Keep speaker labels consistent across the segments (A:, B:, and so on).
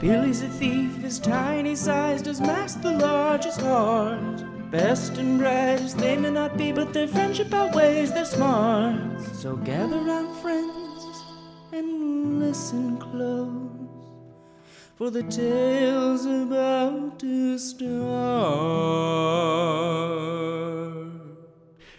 A: Billy's a thief, his tiny size does mask the largest heart. Best and brightest they may not be, but their friendship outweighs their smarts. So gather round, friends, and listen close, for the tale's about to start.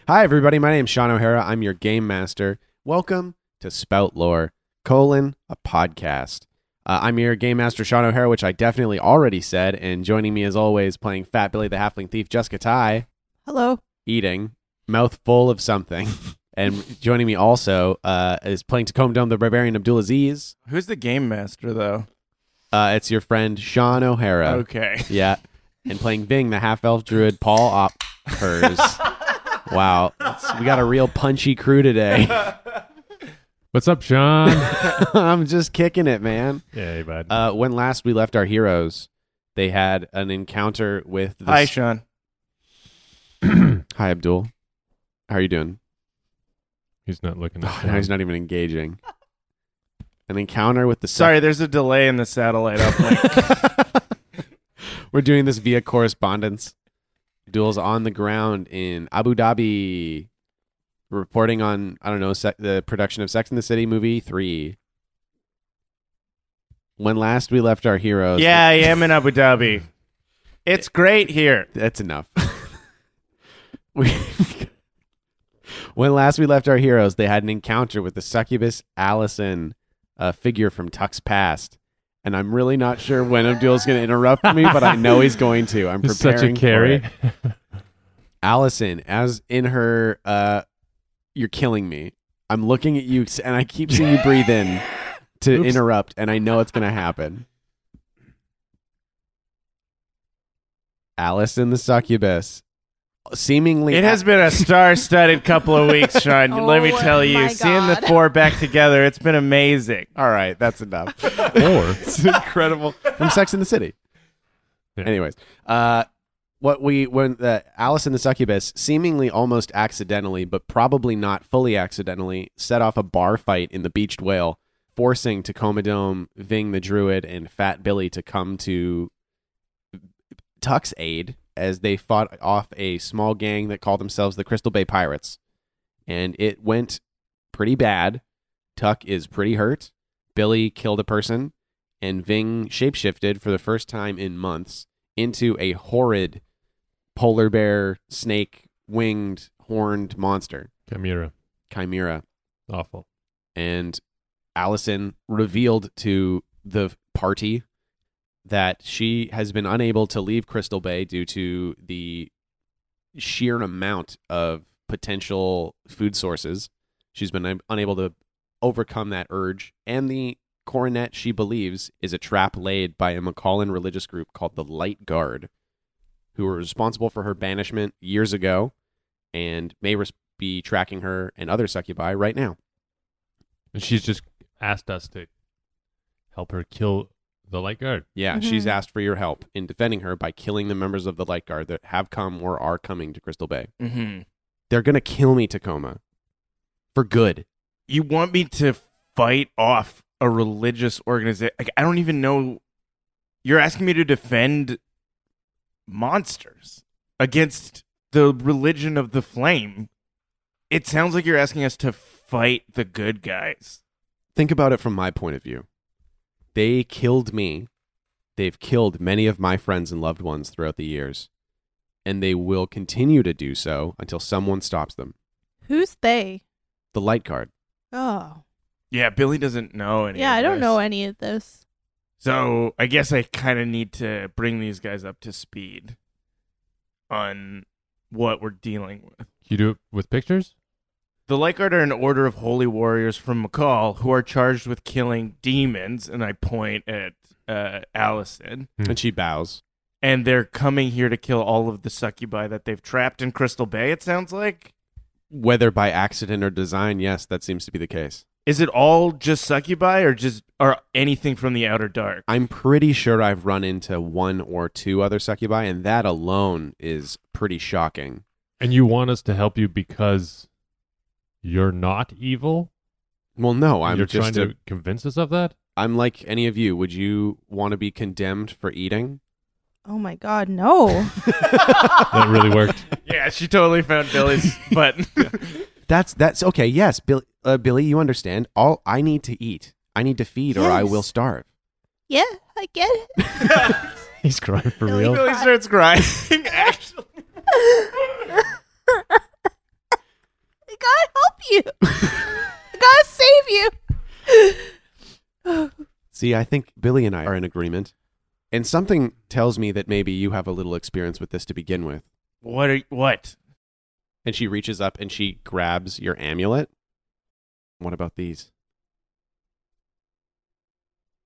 B: Hi, everybody. My name's Sean O'Hara. I'm your game master. Welcome to Spout Lore, colon, a podcast. Uh, I'm your game master, Sean O'Hara, which I definitely already said. And joining me, as always, playing Fat Billy the Halfling Thief, Jessica Ty,
C: Hello.
B: eating, mouthful of something. and joining me also uh, is playing Tacoma Dome the Barbarian Abdulaziz.
D: Who's the game master though?
B: Uh, it's your friend, Sean O'Hara.
D: Okay.
B: Yeah. And playing Ving, the half elf druid, Paul Oppers. wow. It's- we got a real punchy crew today.
E: What's up, Sean?
B: I'm just kicking it, man.
E: hey, bud.
B: Uh, when last we left our heroes, they had an encounter with the
D: Hi, Sean.
B: Hi, Abdul. How are you doing?
E: he's not looking.
B: Oh,
E: At
B: now he's not even engaging. An encounter with the
D: Sorry, there's a delay in the satellite uplink.
B: We're doing this via correspondence. Duels on the ground in Abu Dhabi, reporting on I don't know se- the production of Sex in the City movie three. When last we left our heroes,
D: yeah, I am in Abu Dhabi. It's great here.
B: that's enough. we, when last we left our heroes, they had an encounter with the succubus Allison, a figure from Tuck's past. And I'm really not sure when Abdul's going to interrupt me, but I know he's going to. I'm
E: He's
B: preparing
E: such a
B: for
E: carry.
B: it. Allison, as in her, uh, you're killing me. I'm looking at you, and I keep seeing you breathe in to
E: Oops.
B: interrupt, and I know it's going to happen. Allison the succubus, seemingly
D: It has been a star-studded couple of weeks, Sean.
C: Oh,
D: Let me tell you,
C: my
D: seeing the
C: God.
D: four back together, it's been amazing.
B: all right. That's enough.
E: or
B: it's incredible from Sex in the City.
E: Yeah.
B: Anyways, uh, what we when the Alice and the Succubus seemingly almost accidentally, but probably not fully accidentally, set off a bar fight in the Beached Whale, forcing Tacoma Dome, Ving the Druid, and Fat Billy to come to Tuck's aid as they fought off a small gang that called themselves the Crystal Bay Pirates, and it went pretty bad. Tuck is pretty hurt. Billy killed a person and Ving shapeshifted for the first time in months into a horrid polar bear, snake, winged, horned monster,
E: Chimera.
B: Chimera.
E: Awful.
B: And Allison revealed to the party that she has been unable to leave Crystal Bay due to the sheer amount of potential food sources. She's been un- unable to overcome that urge. And the coronet she believes is a trap laid by a McCollin religious group called the Light Guard, who were responsible for her banishment years ago and may res- be tracking her and other succubi right now.
E: And she's just asked us to help her kill the light guard.
B: Yeah, she's
C: Mhm.
B: asked for your help in defending her by killing the members of the Light Guard that have come or are coming to Crystal Bay.
D: Mm-hmm.
B: They're going to kill me, Tacoma. For good.
D: You want me to fight off a religious organization? Like, I don't even know. You're asking me to defend monsters against the religion of the flame. It sounds like you're asking us to fight the good guys.
B: Think about it from my point of view. They killed me. They've killed many of my friends and loved ones throughout the years. And they will continue to do so until someone stops them.
C: Who's they?
B: The Light Guard.
C: Oh.
D: Yeah, Billy doesn't know any.
C: yeah,
D: of
C: I don't
D: this.
C: know any of this.
D: So I guess I kind of need to bring these guys up to speed on what we're dealing with.
E: You do it with pictures?
D: The Lycard are an order of holy warriors from McCall who are charged with killing demons, and I point at uh, Allison.
B: And she bows.
D: And they're coming here to kill all of the succubi that they've trapped in Crystal Bay, it sounds like.
B: Whether by accident or design, yes, that seems to be the case.
D: Is it all just succubi or just or anything from the outer dark?
B: I'm pretty sure I've run into one or two other succubi, and that alone is pretty shocking.
E: And you want us to help you because you're not evil?
B: Well, no, Oh, I'm
E: you're
B: just
E: trying
B: a-
E: to convince us of that?
B: I'm like any of you. Would you want to be condemned for eating?
C: Oh my God, no.
E: That really worked.
D: yeah, she totally found Billy's button.
B: That's that's okay. Yes, Bill, uh, Billy, you understand. All I need to eat. I need to feed, or I
C: Yes.
B: will starve.
C: yeah, I get it.
E: He's crying for
C: Billy
E: real.
D: Billy starts crying. Actually,
C: I gotta help you. I gotta save you.
B: See, I think Billy and I are in agreement. And something tells me that maybe you have a little experience with this to begin with.
D: what are what?
B: And she reaches up and she grabs your amulet. What about these?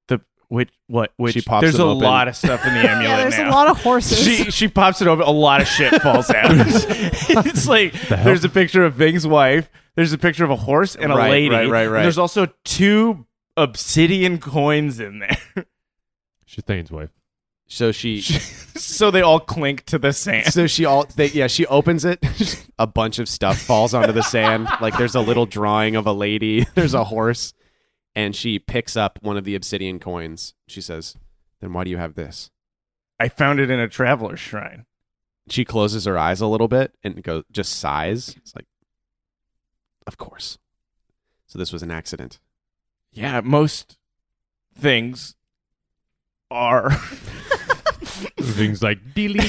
D: The which what which?
B: She pops
D: there's
B: them
D: a
B: open.
D: lot of stuff in the amulet
C: yeah, there's
D: now.
C: a lot of horses.
D: she she pops it open. A lot of shit falls out. it's like
E: The hell?
D: there's a picture of Ving's wife. There's a picture of a horse and a
B: Right,
D: lady.
B: right, right, right.
D: And there's also two obsidian coins in there.
E: She's Thane's wife.
B: So she,
D: so they all clink to the sand.
B: so she all, they, yeah, she opens it. a bunch of stuff falls onto the sand. Like there's a little drawing of a lady. There's a horse, and she picks up one of the obsidian coins. She says, "Then why do you have this?"
D: I found it in a traveler's shrine.
B: She closes her eyes a little bit and goes, just sighs. It's like, of course. So this was an accident.
D: Yeah, most things are.
E: Thing's like dealing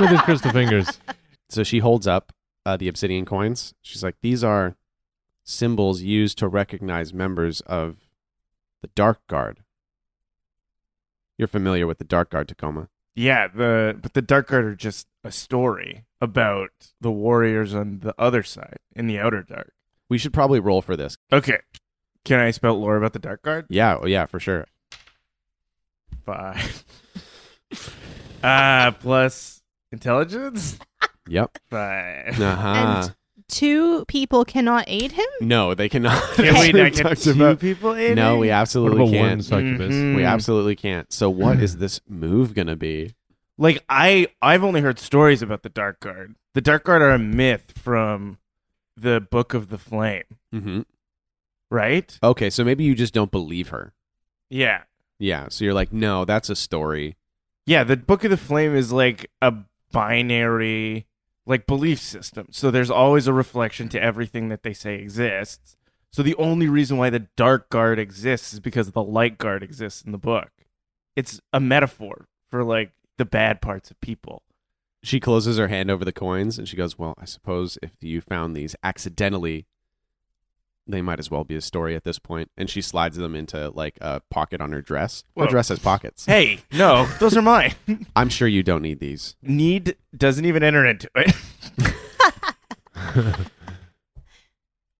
E: with his crystal fingers.
B: So she holds up uh, the obsidian coins. She's like, these are symbols used to recognize members of the Dark Guard. You're familiar with the Dark Guard, Tacoma.
D: Yeah, the but the Dark Guard are just a story about the warriors on the other side in the Outer Dark.
B: We should probably roll for this.
D: Okay, can I spell lore about the Dark Guard?
B: Yeah, oh, yeah, for sure.
D: Five. Ah, plus intelligence.
B: Yep.
D: Five.
B: Uh-huh.
E: Ah.
C: And two people cannot aid him?
B: no, they cannot.
D: Can we
B: That's what
D: not
B: we
D: get
B: talked
D: two
B: about.
D: people in?
B: No, we
E: What
B: absolutely
E: about one
B: can't.
E: succubus?
D: Mhm.
B: We absolutely can't. So what is this move gonna be?
D: like I I've only heard stories about the Dark Guard. The Dark Guard are a myth from the Book of the Flame,
B: Mm-hmm.
D: right?
B: Okay, so maybe you just don't believe her.
D: Yeah.
B: Yeah. So you're like, no, that's a story.
D: Yeah, the Book of the Flame is like a binary like belief system. So there's always a reflection to everything that they say exists. So the only reason why the dark guard exists is because the light guard exists in the book. It's a metaphor for like the bad parts of people.
B: She closes her hand over the coins and she goes, Well, I suppose if you found these accidentally, they might as well be a story at this point. And she slides them into like a pocket on her dress. Her
D: Whoa.
B: dress has pockets.
D: Hey, no, those are mine.
B: I'm sure you don't need these.
D: Need doesn't even enter into it.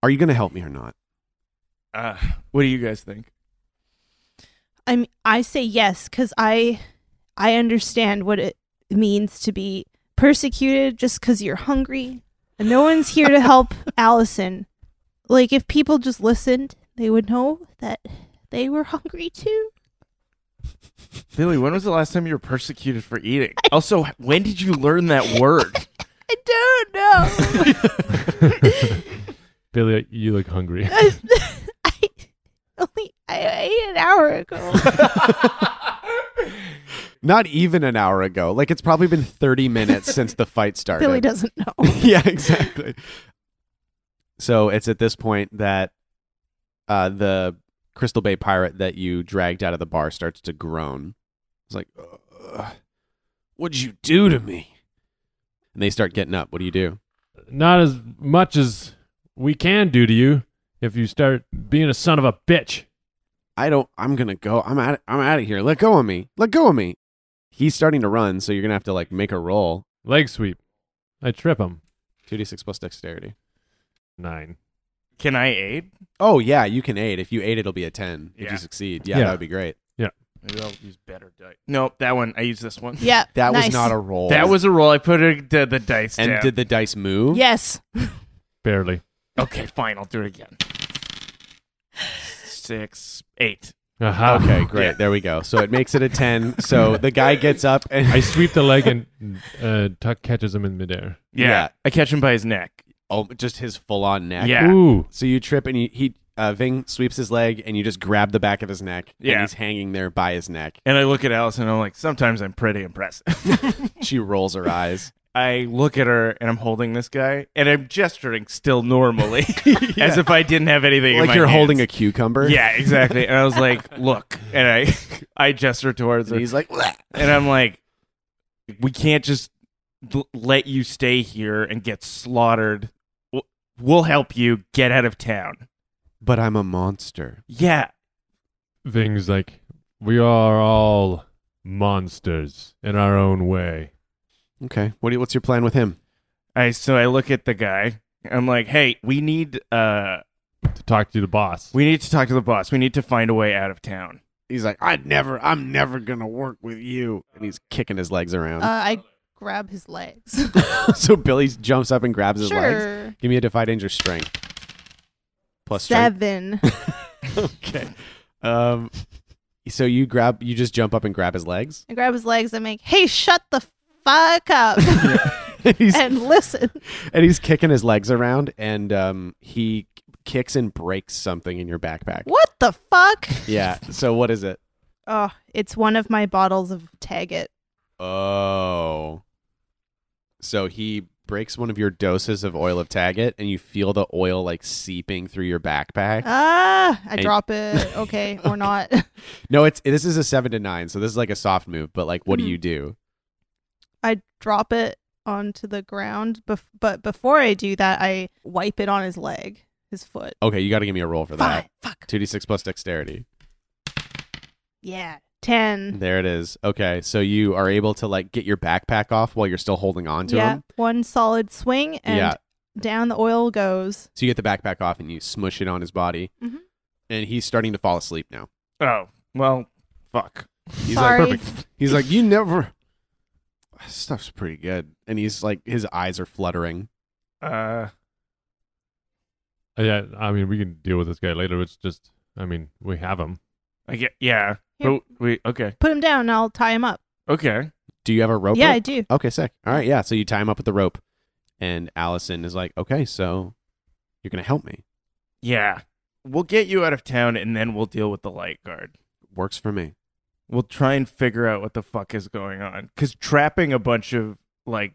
B: Are you going to help me or not?
D: Uh, what do you guys think?
C: I'm I say yes cuz I I understand what it means to be persecuted just cuz you're hungry and no one's here to help Allison. Like if people just listened, they would know that they were hungry too.
D: Billy, when was the last time you were persecuted for eating? Also, when did you learn that word?
C: I don't know.
B: Mm-hmm.
E: Billy, you look hungry.
C: I only I ate an hour ago.
B: Not even an hour ago. Like it's probably been 30 minutes since the fight started.
C: Billy doesn't know.
B: yeah, exactly. So it's at this point that uh, the Crystal Bay pirate that you dragged out of the bar starts to groan. It's like, "Ugh, what'd you do to me? And they start getting up. What do you do?
E: Not as much as we can do to you if you start being a son of a bitch.
B: I don't. I'm gonna go. I'm out. I'm out of here. Let go of me. Let go of me. He's starting to run, so you're gonna have to like make a roll.
E: Leg sweep. I trip him.
B: Two d six plus dexterity.
E: nine.
D: Can I aid?
B: Oh yeah, you can eight. If you eight, it'll be a ten. If
D: Yeah.
B: you succeed, yeah,
E: Yeah.
B: that would be great.
D: Maybe I'll use better dice. Nope, that one. I use this one.
C: Yeah.
B: That
C: nice.
B: was not a roll.
D: That was a roll. I put it to the dice.
B: Oh. And
D: down.
B: did the dice move?
C: Yes.
E: Barely.
D: okay, fine. I'll do it again. Six, eight.
E: Aha.
B: Okay, great. There we go. So it makes it a ten. So the guy gets up and
E: I sweep the leg and uh, Tuck catches him in midair.
D: Yeah,
B: Yeah.
D: I catch him by his neck.
B: oh, just his full on neck.
D: Yeah.
E: Ooh.
B: So you trip and you, he uh, Ving sweeps his leg and you just grab the back of his neck.
D: Yeah.
B: And he's hanging there by his neck.
D: And I look at Allison. I'm like, sometimes I'm pretty impressive.
B: She rolls her eyes.
D: I look at her and I'm holding this guy and I'm gesturing still normally as if I didn't have anything. in
B: like
D: my
B: you're
D: hands.
B: holding a cucumber.
D: Yeah, exactly. And I was like, look, and I I gesture towards her
B: And he's like, "Bleh."
D: and I'm like, we can't just l- let you stay here and get slaughtered. W- We'll help you get out of town.
B: but I'm a monster.
D: Yeah,
E: Things like, we are all monsters in our own way.
B: Okay. What do you, what's your plan with him?
D: I so I look at the guy. I'm like, hey, we need uh
E: To talk to the boss.
D: we need to talk to the boss. We need to find a way out of town.
B: He's like, I never, I'm never gonna work with you. And he's kicking his legs
C: Uh,
B: around.
C: I grab his legs.
B: so Billy jumps up and grabs his legs.
C: sure.
B: Give me a defied danger strength. Plus strength.
C: Seven.
B: okay. Um. So you grab, you just jump up and grab his legs.
C: I grab his legs and make, hey, shut the fuck up
B: and he's
C: and listen.
B: and he's kicking his legs around, and um, he kicks and breaks something in your backpack.
C: What the fuck?
B: Yeah. So what is it?
C: Oh, it's one of my bottles of Taggett.
B: Oh. So he breaks one of your doses of oil of Taggett, and you feel the oil like seeping through your backpack.
C: Ah, I
B: Hey.
C: drop it. Okay, or not.
B: no, it's this is a seven to nine, so this is like a soft move. But like, what
C: Mhm.
B: do you do?
C: I drop it onto the ground, bef- but before I do that, I wipe it on his leg, his foot.
B: Okay, you got to give me a roll for
C: Fine.
B: that.
C: Fuck.
B: Two d six plus dexterity.
C: Yeah. Ten.
B: There it is. Okay, so you are able to like get your backpack off while you're still holding on to
C: yeah.
B: him.
C: One solid swing and
B: Yeah.
C: down the oil goes.
B: So you get the backpack off and you smush it on his body,
C: Mhm.
B: and he's starting to fall asleep now.
D: Oh well, fuck.
B: He's
C: Sorry.
B: like perfect. He's like, you never. This Stuff's pretty good, and he's like, his eyes are fluttering.
D: Uh,
E: Uh, yeah, I mean, we can deal with this guy later. It's just, I mean, we have him.
D: I get yeah.
C: Here.
D: But we okay,
C: Put him down and I'll tie him up.
D: okay.
B: Do you have a rope?
C: Yeah, I
B: rope?
C: do.
B: Okay, sick. All right, yeah. So you tie him up with the rope, and Allison is like, okay, so you're gonna help me.
D: Yeah. We'll get you out of town and then we'll deal with the light guard.
B: Works for me.
D: We'll try and figure out what the fuck is going on. Because trapping a bunch of, like,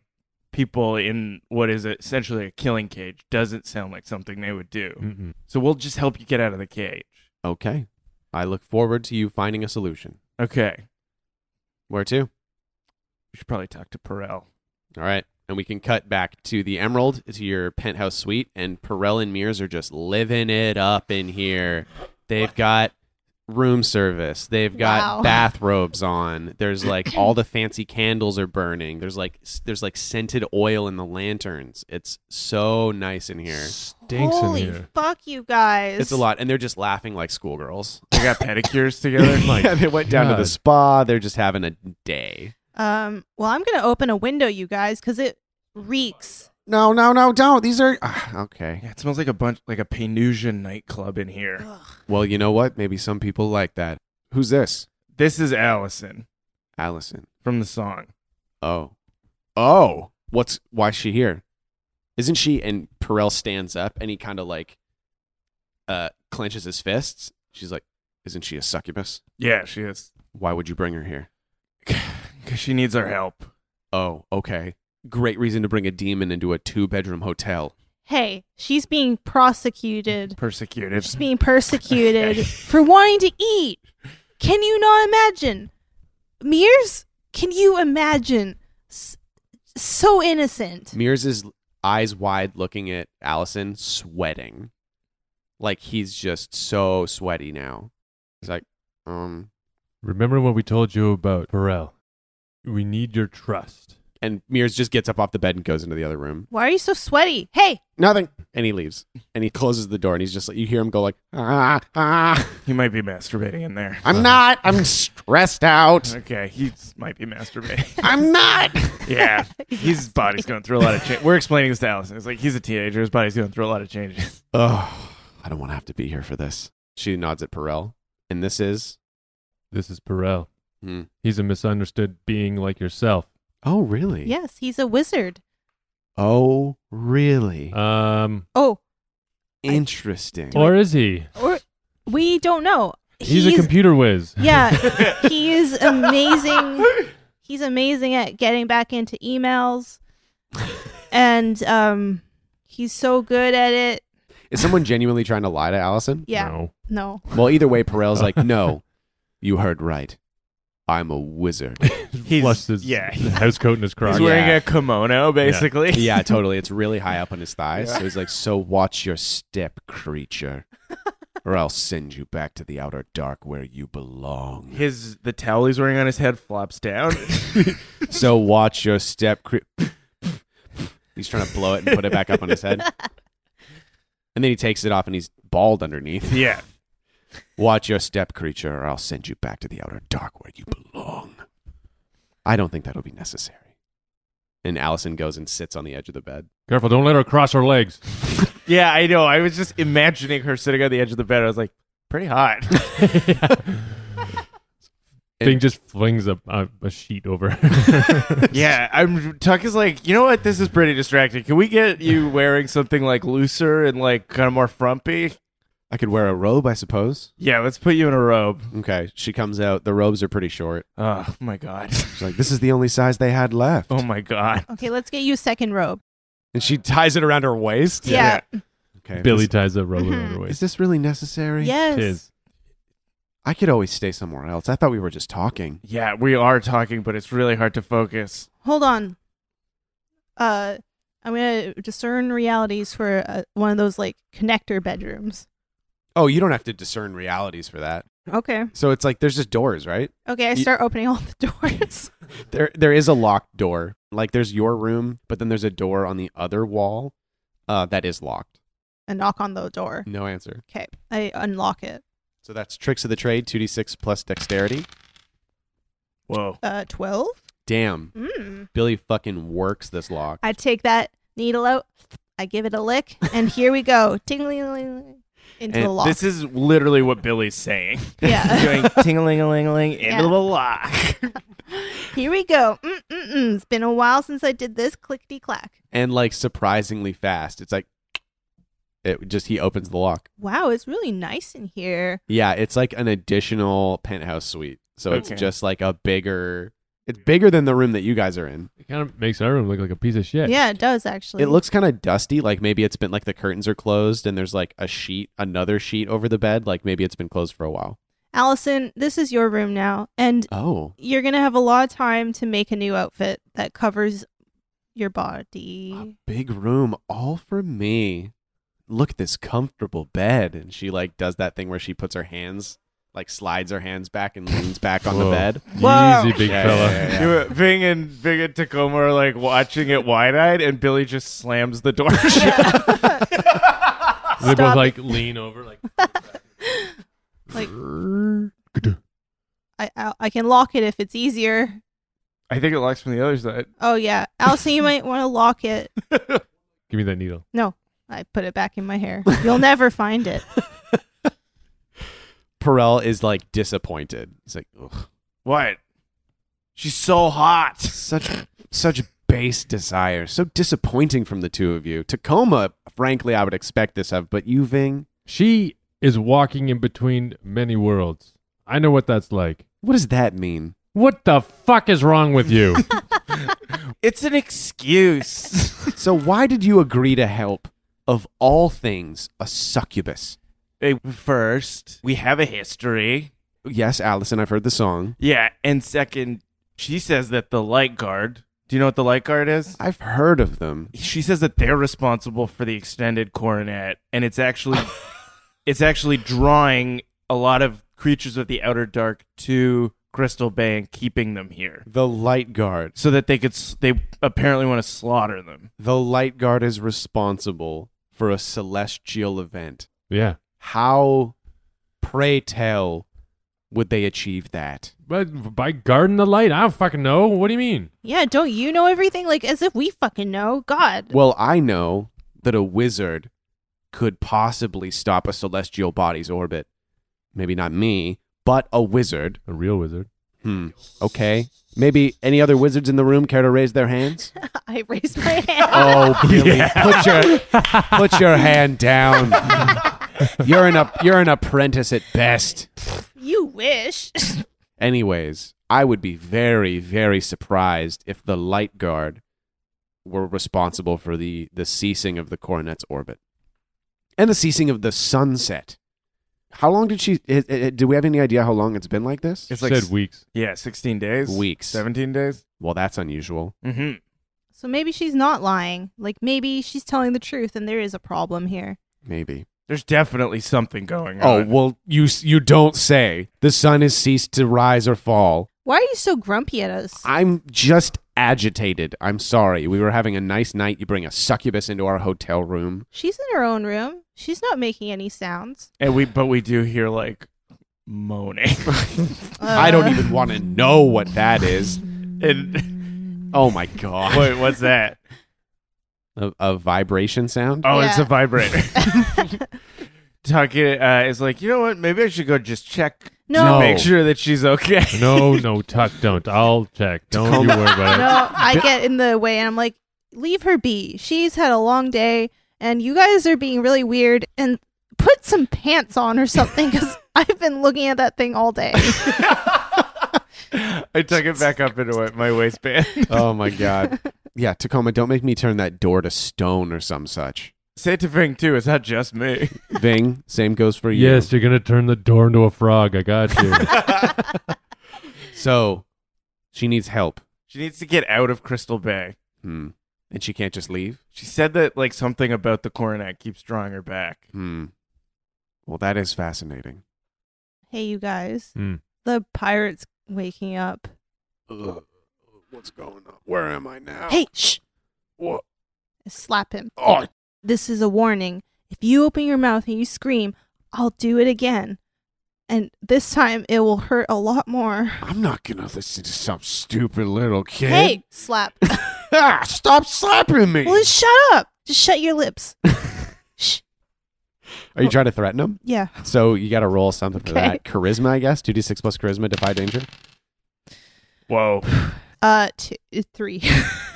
D: people in what is essentially a killing cage doesn't sound like something they would do.
E: Mm-mm.
D: So we'll just help you get out of the cage.
B: Okay, I look forward to you finding a solution.
D: Okay.
B: Where to?
D: We should probably talk to Perel.
B: All right. And we can cut back to the Emerald, to your penthouse suite, and Perel and Mears are just living it up in here. They've got room service. They've got
C: Wow.
B: bathrobes on. There's like all the fancy candles are burning. There's like s- there's like scented oil in the lanterns. It's so nice in here.
E: Stinks
C: Holy
E: in here.
C: fuck, you guys.
B: It's a lot, and they're just laughing like schoolgirls.
D: They got pedicures together.
E: My
B: Yeah, they went down to the
E: God.
B: spa. They're just having a day.
C: Um, well, I'm gonna open a window, you guys, because it reeks.
B: No, no, no, don't. These are Ah, okay.
D: yeah, it smells like a bunch, like a Penusian nightclub in here.
C: Ugh.
B: Well, you know what? Maybe some people like that. Who's this?
D: This is Allison
B: Allison.
D: from the song.
B: Oh. Oh. What's why's she here? Isn't she and Perel stands up and he kind of like uh clenches his fists. She's like, Isn't she a succubus?
D: Yeah, she is.
B: Why would you bring her here?
D: Because she needs our help.
B: Oh, okay. Great reason to bring a demon into a two bedroom hotel.
C: Hey, she's being prosecuted.
D: Persecuted.
C: She's being persecuted for wanting to eat. Can you not imagine? Mears, can you imagine? S- so innocent.
B: Mears is eyes wide looking at Allison, sweating. Like he's just so sweaty now. He's like, um,
E: Remember what we told you about Pharrell? We need your trust.
B: And Mears just gets up off the bed and goes into the other room.
C: Why are you so sweaty? Hey,
B: Nothing. And he leaves. And he closes the door and he's just like, you hear him go like, ah, ah, Uh-huh.
D: He might be masturbating in there.
B: I'm not. I'm stressed out.
D: Okay, he might be masturbating.
B: I'm not.
D: yeah, his body's going through a lot of change. We're explaining this to Allison. It's like he's a teenager. His body's going through a lot of changes.
B: Oh, I don't want to have to be here for this. She nods at Perel. And this is.
E: This is Perel.
B: Hmm.
E: He's a misunderstood being like yourself.
B: Oh, really?
C: yes, he's a wizard.
B: Oh, really?
E: Um,
C: Oh,
B: Interesting.
E: or is he?
C: or we don't know.
E: He's, a computer whiz.
C: Yeah, he is amazing. He's amazing at getting back into emails, and um, he's so good at it.
B: Is someone genuinely trying to lie to Allison?
C: Yeah,
E: No.
C: no,
B: Well, either way, Perel's like, no, you heard right. I'm a wizard.
D: He's
E: Flushed his
D: yeah. He's
E: house coat in his crotch.
B: Yeah.
D: wearing a kimono basically.
B: yeah, totally. It's really high up on his thighs.
D: Yeah.
B: So he's like, so watch your step, creature, or I'll send you back to the outer dark where you belong.
D: His the towel he's wearing on his head flops down.
B: So watch your step, cre- He's trying to blow it and put it back up on his head. And then he takes it off and he's bald underneath.
D: yeah.
B: Watch your step, creature, or I'll send you back to the outer dark where you belong. I don't think that'll be necessary. And Allison goes and sits on the edge of the bed.
E: Careful, don't let her cross her legs.
D: Yeah, I know. I was just imagining her sitting on the edge of the bed. I was like, pretty hot.
E: Thing just flings a, a, a sheet over. her.
D: yeah, I'm Tuck is like, you know what? This is pretty distracting. Can we get you wearing something like looser and like kind of more frumpy?
B: I could wear a robe, I suppose.
D: Yeah, let's put you in a robe.
B: Okay. She comes out. The robes are pretty short.
D: Oh my god.
B: She's like, this is the only size they had left.
D: Oh my god.
C: okay. Let's get you a second robe.
B: And she ties it around her waist.
C: Yeah,
B: Okay.
E: Billy
B: Is,
E: ties a roller around her
C: Mhm.
B: is
E: waist.
B: this really necessary?
C: yes.
E: Tis.
B: I could always stay somewhere else. I thought we were just talking.
D: Yeah, we are talking, but it's really hard to focus.
C: Hold on. Uh, I'm gonna discern realities for uh, one of those like connector bedrooms.
B: Oh, you don't have to discern realities for that.
C: Okay.
B: So it's like there's just doors, right?
C: Okay, I
B: Ye-
C: start opening all the doors.
B: There there is a locked door. Like there's your room, but then there's a door on the other wall uh, that is locked.
C: and knock on the door.
B: No answer.
C: Okay, I unlock it.
B: So that's tricks of the trade, 2d6 plus dexterity.
D: Whoa.
C: Uh, twelve.
B: Damn.
C: Mm.
B: Billy fucking works this lock.
C: I take that needle out, I give it a lick, and here we go. Tingling into the
B: And
C: lock.
D: This is literally what Billy's saying.
C: yeah.
D: Going tingling a ling ling into
C: Yeah.
D: the lock.
C: here we go. Mm-mm-mm. It's been a while since I did this. Clickety clack.
B: And like surprisingly fast. It's like it just he opens the lock.
C: Wow, it's really nice in here.
B: Yeah, it's like an additional penthouse suite. So
D: Okay.
B: it's just like a bigger it's bigger than the room that you guys are in.
E: It kind of makes our room look like a piece of shit.
C: Yeah, it does actually.
B: It looks kind of dusty, like maybe it's been like the curtains are closed and there's like a sheet, another sheet over the bed, like maybe it's been closed for a while.
C: Allison, this is your room now, and
B: Oh.
C: you're gonna have a lot of time to make a new outfit that covers your body.
B: A big room all for me. Look at this comfortable bed and she like does that thing where she puts her hands like slides her hands back and leans back on the
E: Whoa.
B: bed.
C: Whoa.
E: Easy, big
B: Yeah,
E: fella.
B: yeah, yeah,
D: You know, Ving and Ving and Tacoma are like watching it wide eyed, and Billy just slams the door shut.
E: They both
C: Stop.
E: like lean over, like
C: Like I, I, I can lock it if it's easier.
D: I think it locks from the other side.
C: Oh yeah, Allison, you might want to lock it.
E: give me that needle.
C: I put it back in my hair. You'll never find it.
B: Perel is like disappointed. He's like, Ugh,
D: What? She's so hot.
B: such such base desire. So disappointing from the two of you. Tacoma, frankly, I would expect this of, but you Ving,
E: She is walking in between many worlds. I know what that's like.
B: what does that mean?
E: What the fuck is wrong with you?
D: It's an excuse.
B: So why did you agree to help of all things a succubus?
D: Hey, First, we have a history.
B: Yes, Allison, I've heard the song.
D: Yeah, and second, she says that the light guard. Do you know what the light guard is?
B: I've heard of them.
D: She says that they're responsible for the extended coronet, and it's actually it's actually drawing a lot of creatures of the outer dark to Crystal Bay and keeping them here
B: The light guard.
D: so that they could. s- They apparently want to slaughter them.
B: The light guard is responsible for a celestial event.
E: Yeah.
B: How, pray tell, would they achieve that?
E: But by guarding the light, I don't fucking know. What do you mean?
C: Yeah, don't you know everything? Like, as if we fucking know. God.
B: Well, I know that a wizard could possibly stop a celestial body's orbit. Maybe not me, but a wizard.
E: A real wizard.
B: Hmm. Okay. Maybe any other wizards in the room care to raise their hands?
C: I raised my hand.
B: Oh, Billy, put your put your hand down. You're an ap- you're an apprentice at best.
C: You wish.
B: Anyways, I would be very, very surprised if the light guard were responsible for the, the ceasing of the coronet's orbit and the ceasing of the sunset. How long did she? i- i- do we have any idea how long it's been like this?
D: It's
E: Said
D: like s-
E: weeks.
D: yeah, sixteen days,
B: Weeks.
D: seventeen days.
B: Well, that's unusual.
D: Mm-hmm.
C: so maybe she's not lying. Like, maybe she's telling the truth and there is a problem here.
B: Maybe.
D: There's definitely something going
B: Oh
D: on.
B: well, you s- you don't say. The sun has ceased to rise or fall.
C: Why are you so grumpy at us?
B: I'm just agitated. I'm sorry. We were having a nice night. You bring a succubus into our hotel room.
C: She's in her own room. She's not making any sounds.
D: and we but we do hear like moaning.
B: I don't
C: Uh,
B: even want to know what that is.
D: and
B: Oh my god.
D: wait, what's that?
B: A, a vibration sound?
D: Oh, it's a
C: Yeah.
D: vibrator. Tucky uh, is like, you know what? Maybe I should go just check
C: No.
D: to
B: Oh.
D: make sure that she's okay.
E: No, no, Tuck, don't. I'll check. Don't you worry about it.
C: No, I get in the way and I'm like, leave her be. She's had a long day and you guys are being really weird and put some pants on or something because I've been looking at that thing all day.
D: I tuck it back up into my- my waistband.
B: Oh my god. Yeah, Tacoma, don't make me turn that door to stone or some such.
D: Say it to Ving too. It's not just me.
B: Ving, same goes for you.
E: Yes, you're gonna turn the door into a frog. I got you.
B: So she needs help.
D: She needs to get out of Crystal Bay.
B: Hmm. And she can't just leave?
D: She said that like something about the coronet keeps drawing her back.
B: Hmm. Well, that is fascinating.
C: hey, you guys.
E: Hmm.
C: The pirate's waking up.
B: Ugh. What's going on? Where am I now?
C: Hey, shh.
B: What?
C: Slap him.
B: Oh,
C: This is a warning. If you open your mouth and you scream, I'll do it again. And this time it will hurt a lot more.
B: I'm not going to listen to some stupid little kid.
C: Hey, slap.
B: Ah, stop slapping me.
C: well, then shut up. Just shut your lips. shh.
B: Are you trying to threaten him?
C: Yeah.
B: So you got to roll something for
C: Okay.
B: that. Charisma, I guess. 2d6 plus charisma, defy danger.
D: Whoa.
C: Uh, two, three.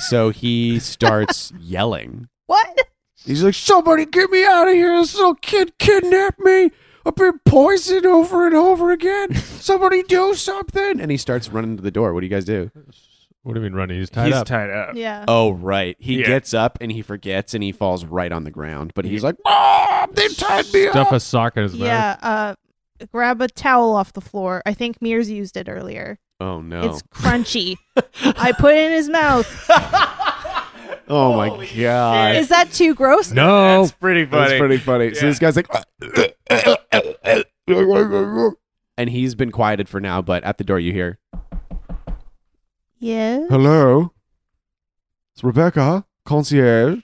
B: So he starts yelling.
C: what?
B: He's like, somebody get me out of here. This little kid kidnapped me. I've been poisoned over and over again. Somebody do something. And he starts running to the door. What do you guys do?
E: what do you mean running? He's tied
D: He's
E: up.
D: tied up.
C: Yeah.
B: Oh, right. He
D: Yeah.
B: gets up and he forgets and he falls right on the ground. But he's like, Mom, they tied me
E: Stuff
B: up.
E: a sock in his mouth.
C: yeah. Uh, grab a towel off the floor. I think Mears used it earlier.
B: oh, no.
C: It's crunchy. I put it in his mouth.
B: oh, my God.
C: Is that too gross?
E: No.
D: That's pretty funny.
B: That's pretty funny. So
D: Yeah.
B: this guy's like, and he's been quieted for now, but at the door you hear,
C: Yeah.
B: hello, it's Rebecca, concierge.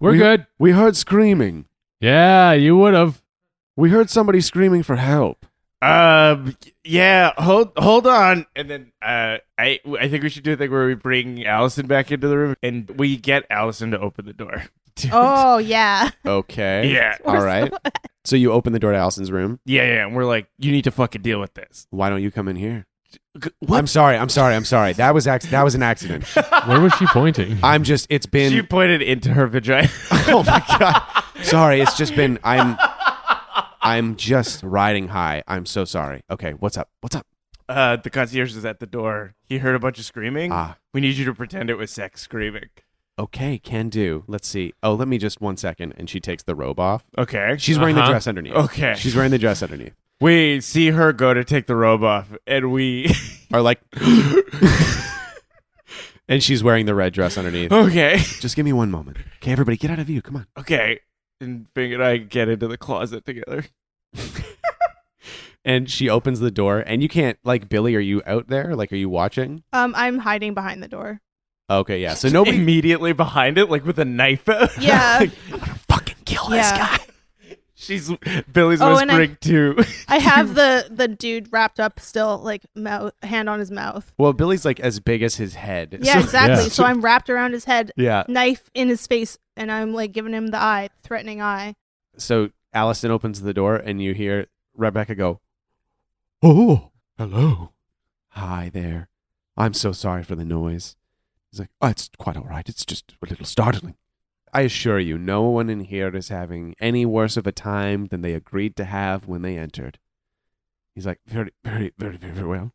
E: We're
B: We-
E: good.
B: We heard screaming.
E: Yeah, you would have.
B: We heard somebody screaming for help.
D: Um. Yeah. Hold. Hold on. And then, uh, I I think we should do a thing where we bring Allison back into the room and we get Allison to open the door.
C: Oh yeah.
B: Okay.
D: Yeah.
B: All right. So you open the door to Allison's room.
D: Yeah. Yeah. And we're like, you need to fucking deal with this.
B: Why don't you come in here?
D: What?
B: I'm sorry. I'm sorry. I'm sorry. That was ac- that was an accident.
E: Where was she pointing?
B: I'm just. It's been.
D: she pointed into her vagina.
B: oh my god. Sorry. It's just been. I'm. I'm just riding high. I'm so sorry. Okay. What's up? What's up?
D: uh, the concierge is at the door. He heard a bunch of screaming.
B: Ah.
D: we need you to pretend it was sex screaming.
B: Okay, can do. Let's see. Oh, let me just one second. And she takes the robe off.
D: Okay.
B: She's wearing the
E: Uh-huh.
B: dress underneath.
D: Okay.
B: She's wearing the dress underneath.
D: we see her go to take the robe off, and we.
B: Or like. and she's wearing the red dress underneath.
D: okay.
B: Just give me one moment. Okay, everybody, get out of view. Come on.
D: Okay. And Bing and I get into the closet together.
B: and she opens the door, and you can't like Billy. Are you out there? Like, are you watching?
C: Um, I'm hiding behind the door.
B: Okay, yeah. So nobody
D: immediately behind it, like with a knife out.
C: Yeah.
D: Fucking kill
C: this Yeah.
D: guy. She's Billy's
C: Oh, and I-
D: whispering too.
C: I have the the dude wrapped up still, like mouth, hand on his mouth.
B: Well, Billy's like as big as his head.
C: Yeah,
B: So-
C: exactly.
E: Yeah.
C: So I'm wrapped around his head,
B: yeah.
C: knife in his face, and I'm like giving him the eye, threatening eye.
B: So Allison opens the door, and you hear Rebecca go, "Oh, hello, hi there. I'm so sorry for the noise." He's like, "Oh, it's quite all right. It's just a little startling." I assure you, no one in here is having any worse of a time than they agreed to have when they entered. He's like, "Very, very, very, very, very well."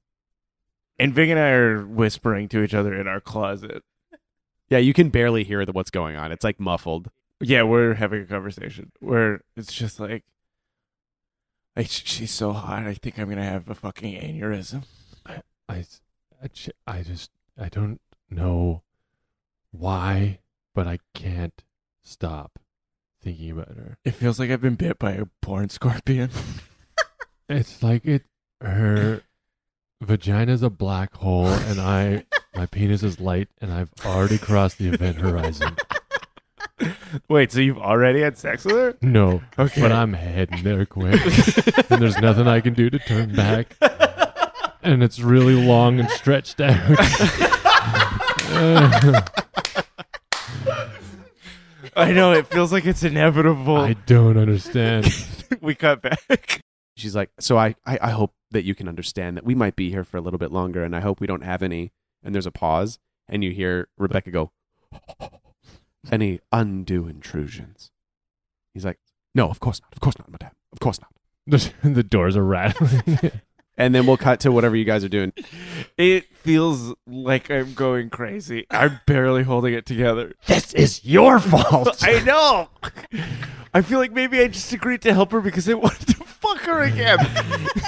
D: and Ving and I are whispering to each other in our closet.
B: Yeah, you can barely hear the, what's going on. It's like muffled.
D: Yeah, we're having a conversation where it's just like, like sh- she's so hot. I think I'm gonna have a fucking aneurysm.
E: I, s- I j- I just, I don't know why, but I can't stop thinking about her.
D: It feels like I've been bit by a porn scorpion.
E: It's like it, her vagina's a black hole, and I, my penis is light, and I've already crossed the event horizon.
D: Wait, so you've already had sex with her?
E: No,
D: Okay.
E: but I'm heading there quick, and there's nothing I can do to turn back. And it's really long and stretched out.
D: I know it feels like it's inevitable.
E: I don't understand.
D: we cut back.
B: She's like, so I, I, I hope that you can understand that we might be here for a little bit longer, and I hope we don't have any. And there's a pause, and you hear Rebecca go, any undue intrusions. He's like, no, of course not, of course not, madame, of course not.
E: The, the doors are rattling.
B: And then we'll cut to whatever you guys are doing.
D: It feels like I'm going crazy. I'm barely holding it together.
E: this is your fault.
D: I know. I feel like maybe I just agreed to help her because I wanted to fuck her again.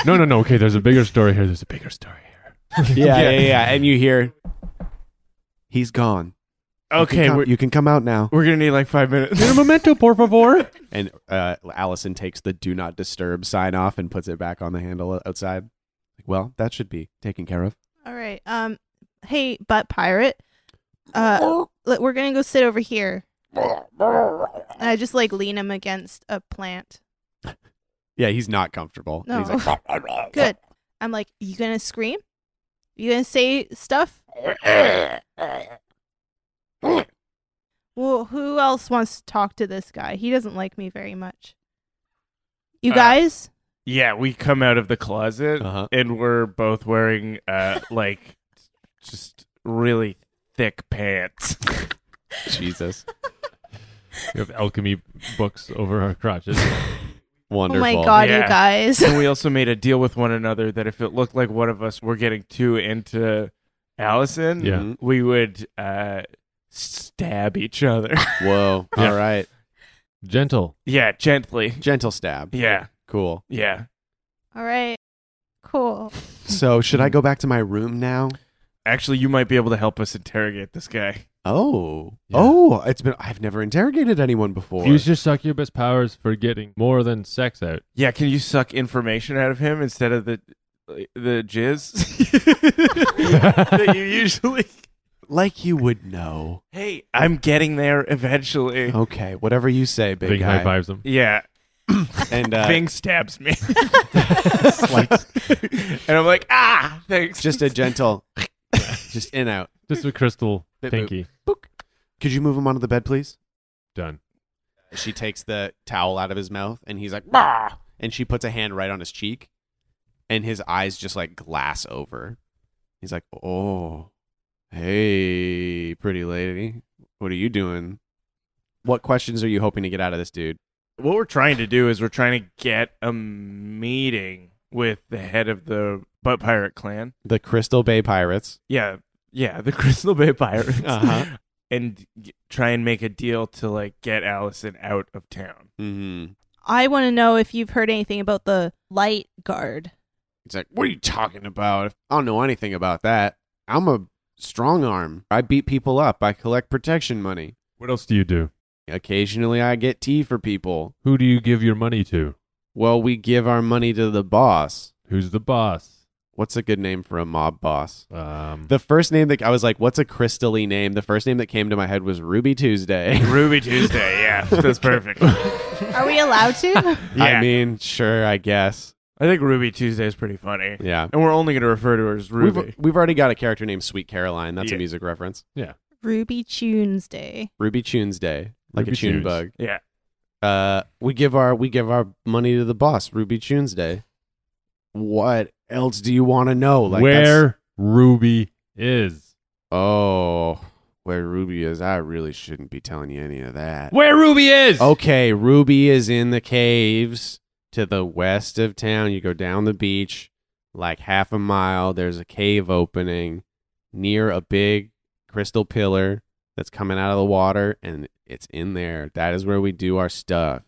E: no, no, no. Okay, there's a bigger story here. There's a bigger story here.
B: Yeah,
D: yeah,
B: yeah. And you hear, he's gone. You can
D: okay,
B: come-
D: we're,
B: you can come out now.
D: we're gonna need like five minutes.
E: memento, por favor.
B: And uh, Allison takes the do not disturb sign off and puts it back on the handle outside. Like, well, that should be taken care of.
C: All right. Um, hey, butt pirate. Uh, l- we're gonna go sit over here. And I just like lean him against a plant.
B: Yeah, he's not comfortable.
C: No.
B: He's like,
C: Good. I'm like, you gonna scream? You gonna say stuff? Well, who else wants to talk to this guy? He doesn't like me very much. You
D: Uh,
C: guys?
D: yeah, we come out of the closet
B: Uh-huh.
D: and we're both wearing uh like just really thick pants.
B: Jesus.
E: We have alchemy books over our crotches.
C: Oh
B: Wonderful.
C: my god, you
D: Yeah.
C: guys.
D: and we also made a deal with one another that if it looked like one of us were getting too into Allison,
E: Yeah.
B: Mhm.
D: we would uh stab each other.
B: Mm-hmm. Whoa.
E: Yeah.
B: All right.
E: Gentle.
D: yeah, gently.
B: Gentle stab.
D: Yeah,
B: Cool.
D: yeah.
C: All right. Cool.
B: So, should I go back to my room now?
D: Actually, you might be able to help us interrogate this guy.
B: Oh.
E: Yeah.
B: Oh, it's been I've never interrogated anyone before.
E: Use your succubus powers for getting more than sex out.
D: Yeah, can you suck information out of him instead of the the jizz that you usually?
B: like you would know.
D: Hey, I'm getting there eventually.
B: Okay, whatever you say, big
E: Big high
B: guy.
E: fives him.
D: Yeah,
B: And uh,
D: Bing stabs me,
B: like,
D: and I'm like, ah, thanks.
B: just a gentle just in out.
E: Just a crystal
B: Bit boop.
E: pinky.
B: Could you move him onto the bed, please?
E: Done.
B: She takes the towel out of his mouth and he's like, bah! and she puts a hand right on his cheek and his eyes just like glass over. He's like, oh, hey, pretty lady. What are you doing? What questions are you hoping to get out of this dude?
D: what we're trying to do is we're trying to get a meeting with the head of the Butt Pirate Clan.
B: The Crystal Bay Pirates.
D: Yeah, yeah, the Crystal Bay Pirates,
B: Uh-huh.
D: and g- try and make a deal to like get Allison out of town.
B: Mm-hmm.
C: I want to know if you've heard anything about the light guard.
B: He's like, what are you talking about? I don't know anything about that. I'm a strong arm. I beat people up. I collect protection money.
E: What else do you do?
B: Occasionally, I get tea for people.
E: Who do you give your money to?
B: Well, we give our money to the boss.
E: Who's the boss?
B: What's a good name for a mob boss?
E: Um,
B: The first name that I was like, what's a crystally name? The first name that came to my head was Ruby Tuesday.
D: Ruby Tuesday, yeah, that's perfect.
C: Are we allowed to?
D: Yeah.
B: I mean, sure, I guess.
D: I think Ruby Tuesday is pretty funny,
B: Yeah.
D: and we're only going to refer to her as Ruby.
B: We've, we've already got a character named Sweet Caroline. That's
D: Yeah.
B: a music reference.
C: Ruby Tunes Day.
B: Ruby Tunes Day, like
E: Ruby
B: a tune
E: Tunes.
B: bug.
D: yeah,
B: Uh, we give our we give our money to the boss, Ruby Tunes Day. What else do you want to know? that's-
E: where Ruby is.
B: Oh, where Ruby is? I really shouldn't be telling you any of that.
E: Where Ruby is.
B: Okay, Ruby is in the caves to the west of town. You go down the beach like half a mile. There's a cave opening near a big crystal pillar that's coming out of the water, and it's in there. That is where we do our stuff.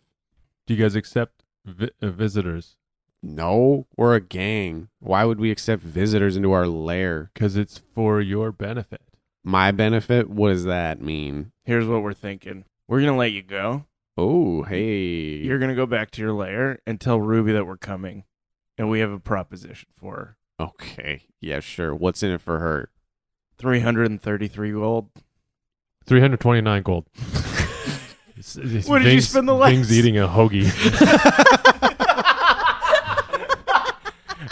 E: Do you guys accept vi- uh, visitors?
B: No, we're a gang. Why would we accept visitors into our lair?
E: Because it's for your benefit.
B: My benefit? What does that mean?
D: here's what we're thinking: we're going to let you go.
B: Oh, hey.
D: You're going to go back to your lair and tell Ruby that we're coming, and we have a proposition for her:
B: okay. Yeah, sure. What's in it for her?
D: three hundred and thirty-three gold.
E: 329 gold.
D: What did you spend the last-
E: Things eating a hoagie.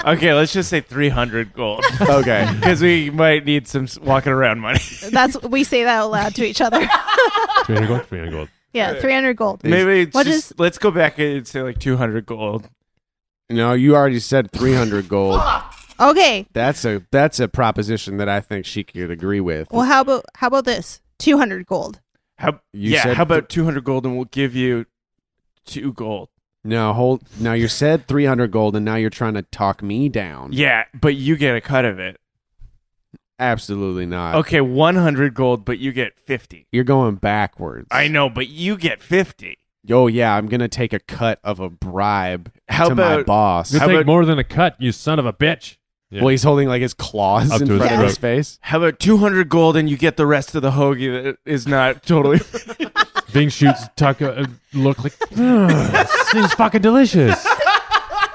D: Okay, let's just say three hundred gold
B: Okay.
D: because we might need some s- walking around money.
C: That's we say that out loud to each other.
E: 300 gold. 300 gold.
C: Yeah, three hundred gold.
D: Maybe it's
C: What
D: just, let's go back and say like two hundred gold.
B: No, you already said 300 gold.
C: Okay.
B: That's a that's a proposition that I think she could agree with.
C: Well, how about how about this? Two hundred gold.
D: How
B: You
D: yeah?
B: said
D: How about two hundred gold, and we'll give you two gold.
B: No, hold. Now you said 300 gold and now you're trying to talk me down.
D: Yeah, but you get a cut of it.
B: Absolutely not.
D: Okay, one hundred gold, but you get fifty.
B: You're going backwards.
D: I know, but you get fifty.
B: Oh yeah, I'm going to take a cut of a bribe
D: How
B: to my
D: about
B: boss.
E: You'll
D: How
E: take
D: about-
E: more than a cut, you son of a bitch. Yeah.
B: Well, he's holding like his claws
E: Up
B: in
E: to his
B: front of
C: throat.
B: his face.
D: how about two hundred gold, and you get the rest of the hoagie that is not totally.
E: Bing shoots taco. Uh, look like "Ugh, this thing's fucking delicious.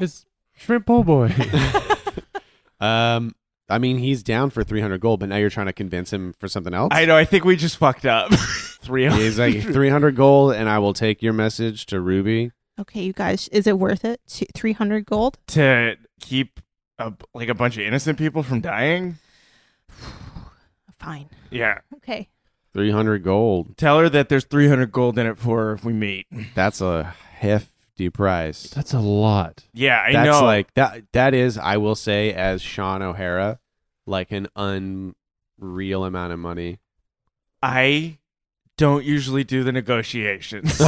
E: It's shrimp po' boy.
B: Um, I mean, he's down for 300 gold, but now you're trying to convince him for something else.
D: I know. I think we just fucked up. Three hundred.
B: He's like 300 gold, and I will take your message to Ruby.
C: Okay, you guys, is it worth it? Three hundred gold.
D: to keep a, like a bunch of innocent people from dying.
C: Fine.
D: Yeah.
C: Okay.
B: 300 gold.
D: Tell her that there's 300 gold in it for her if we meet.
B: That's a hefty price.
E: That's a lot.
D: Yeah, I
B: That's
D: know.
B: like that. That is, I will say, as Sean O'Hara, like an unreal amount of money.
D: I don't usually do the negotiations.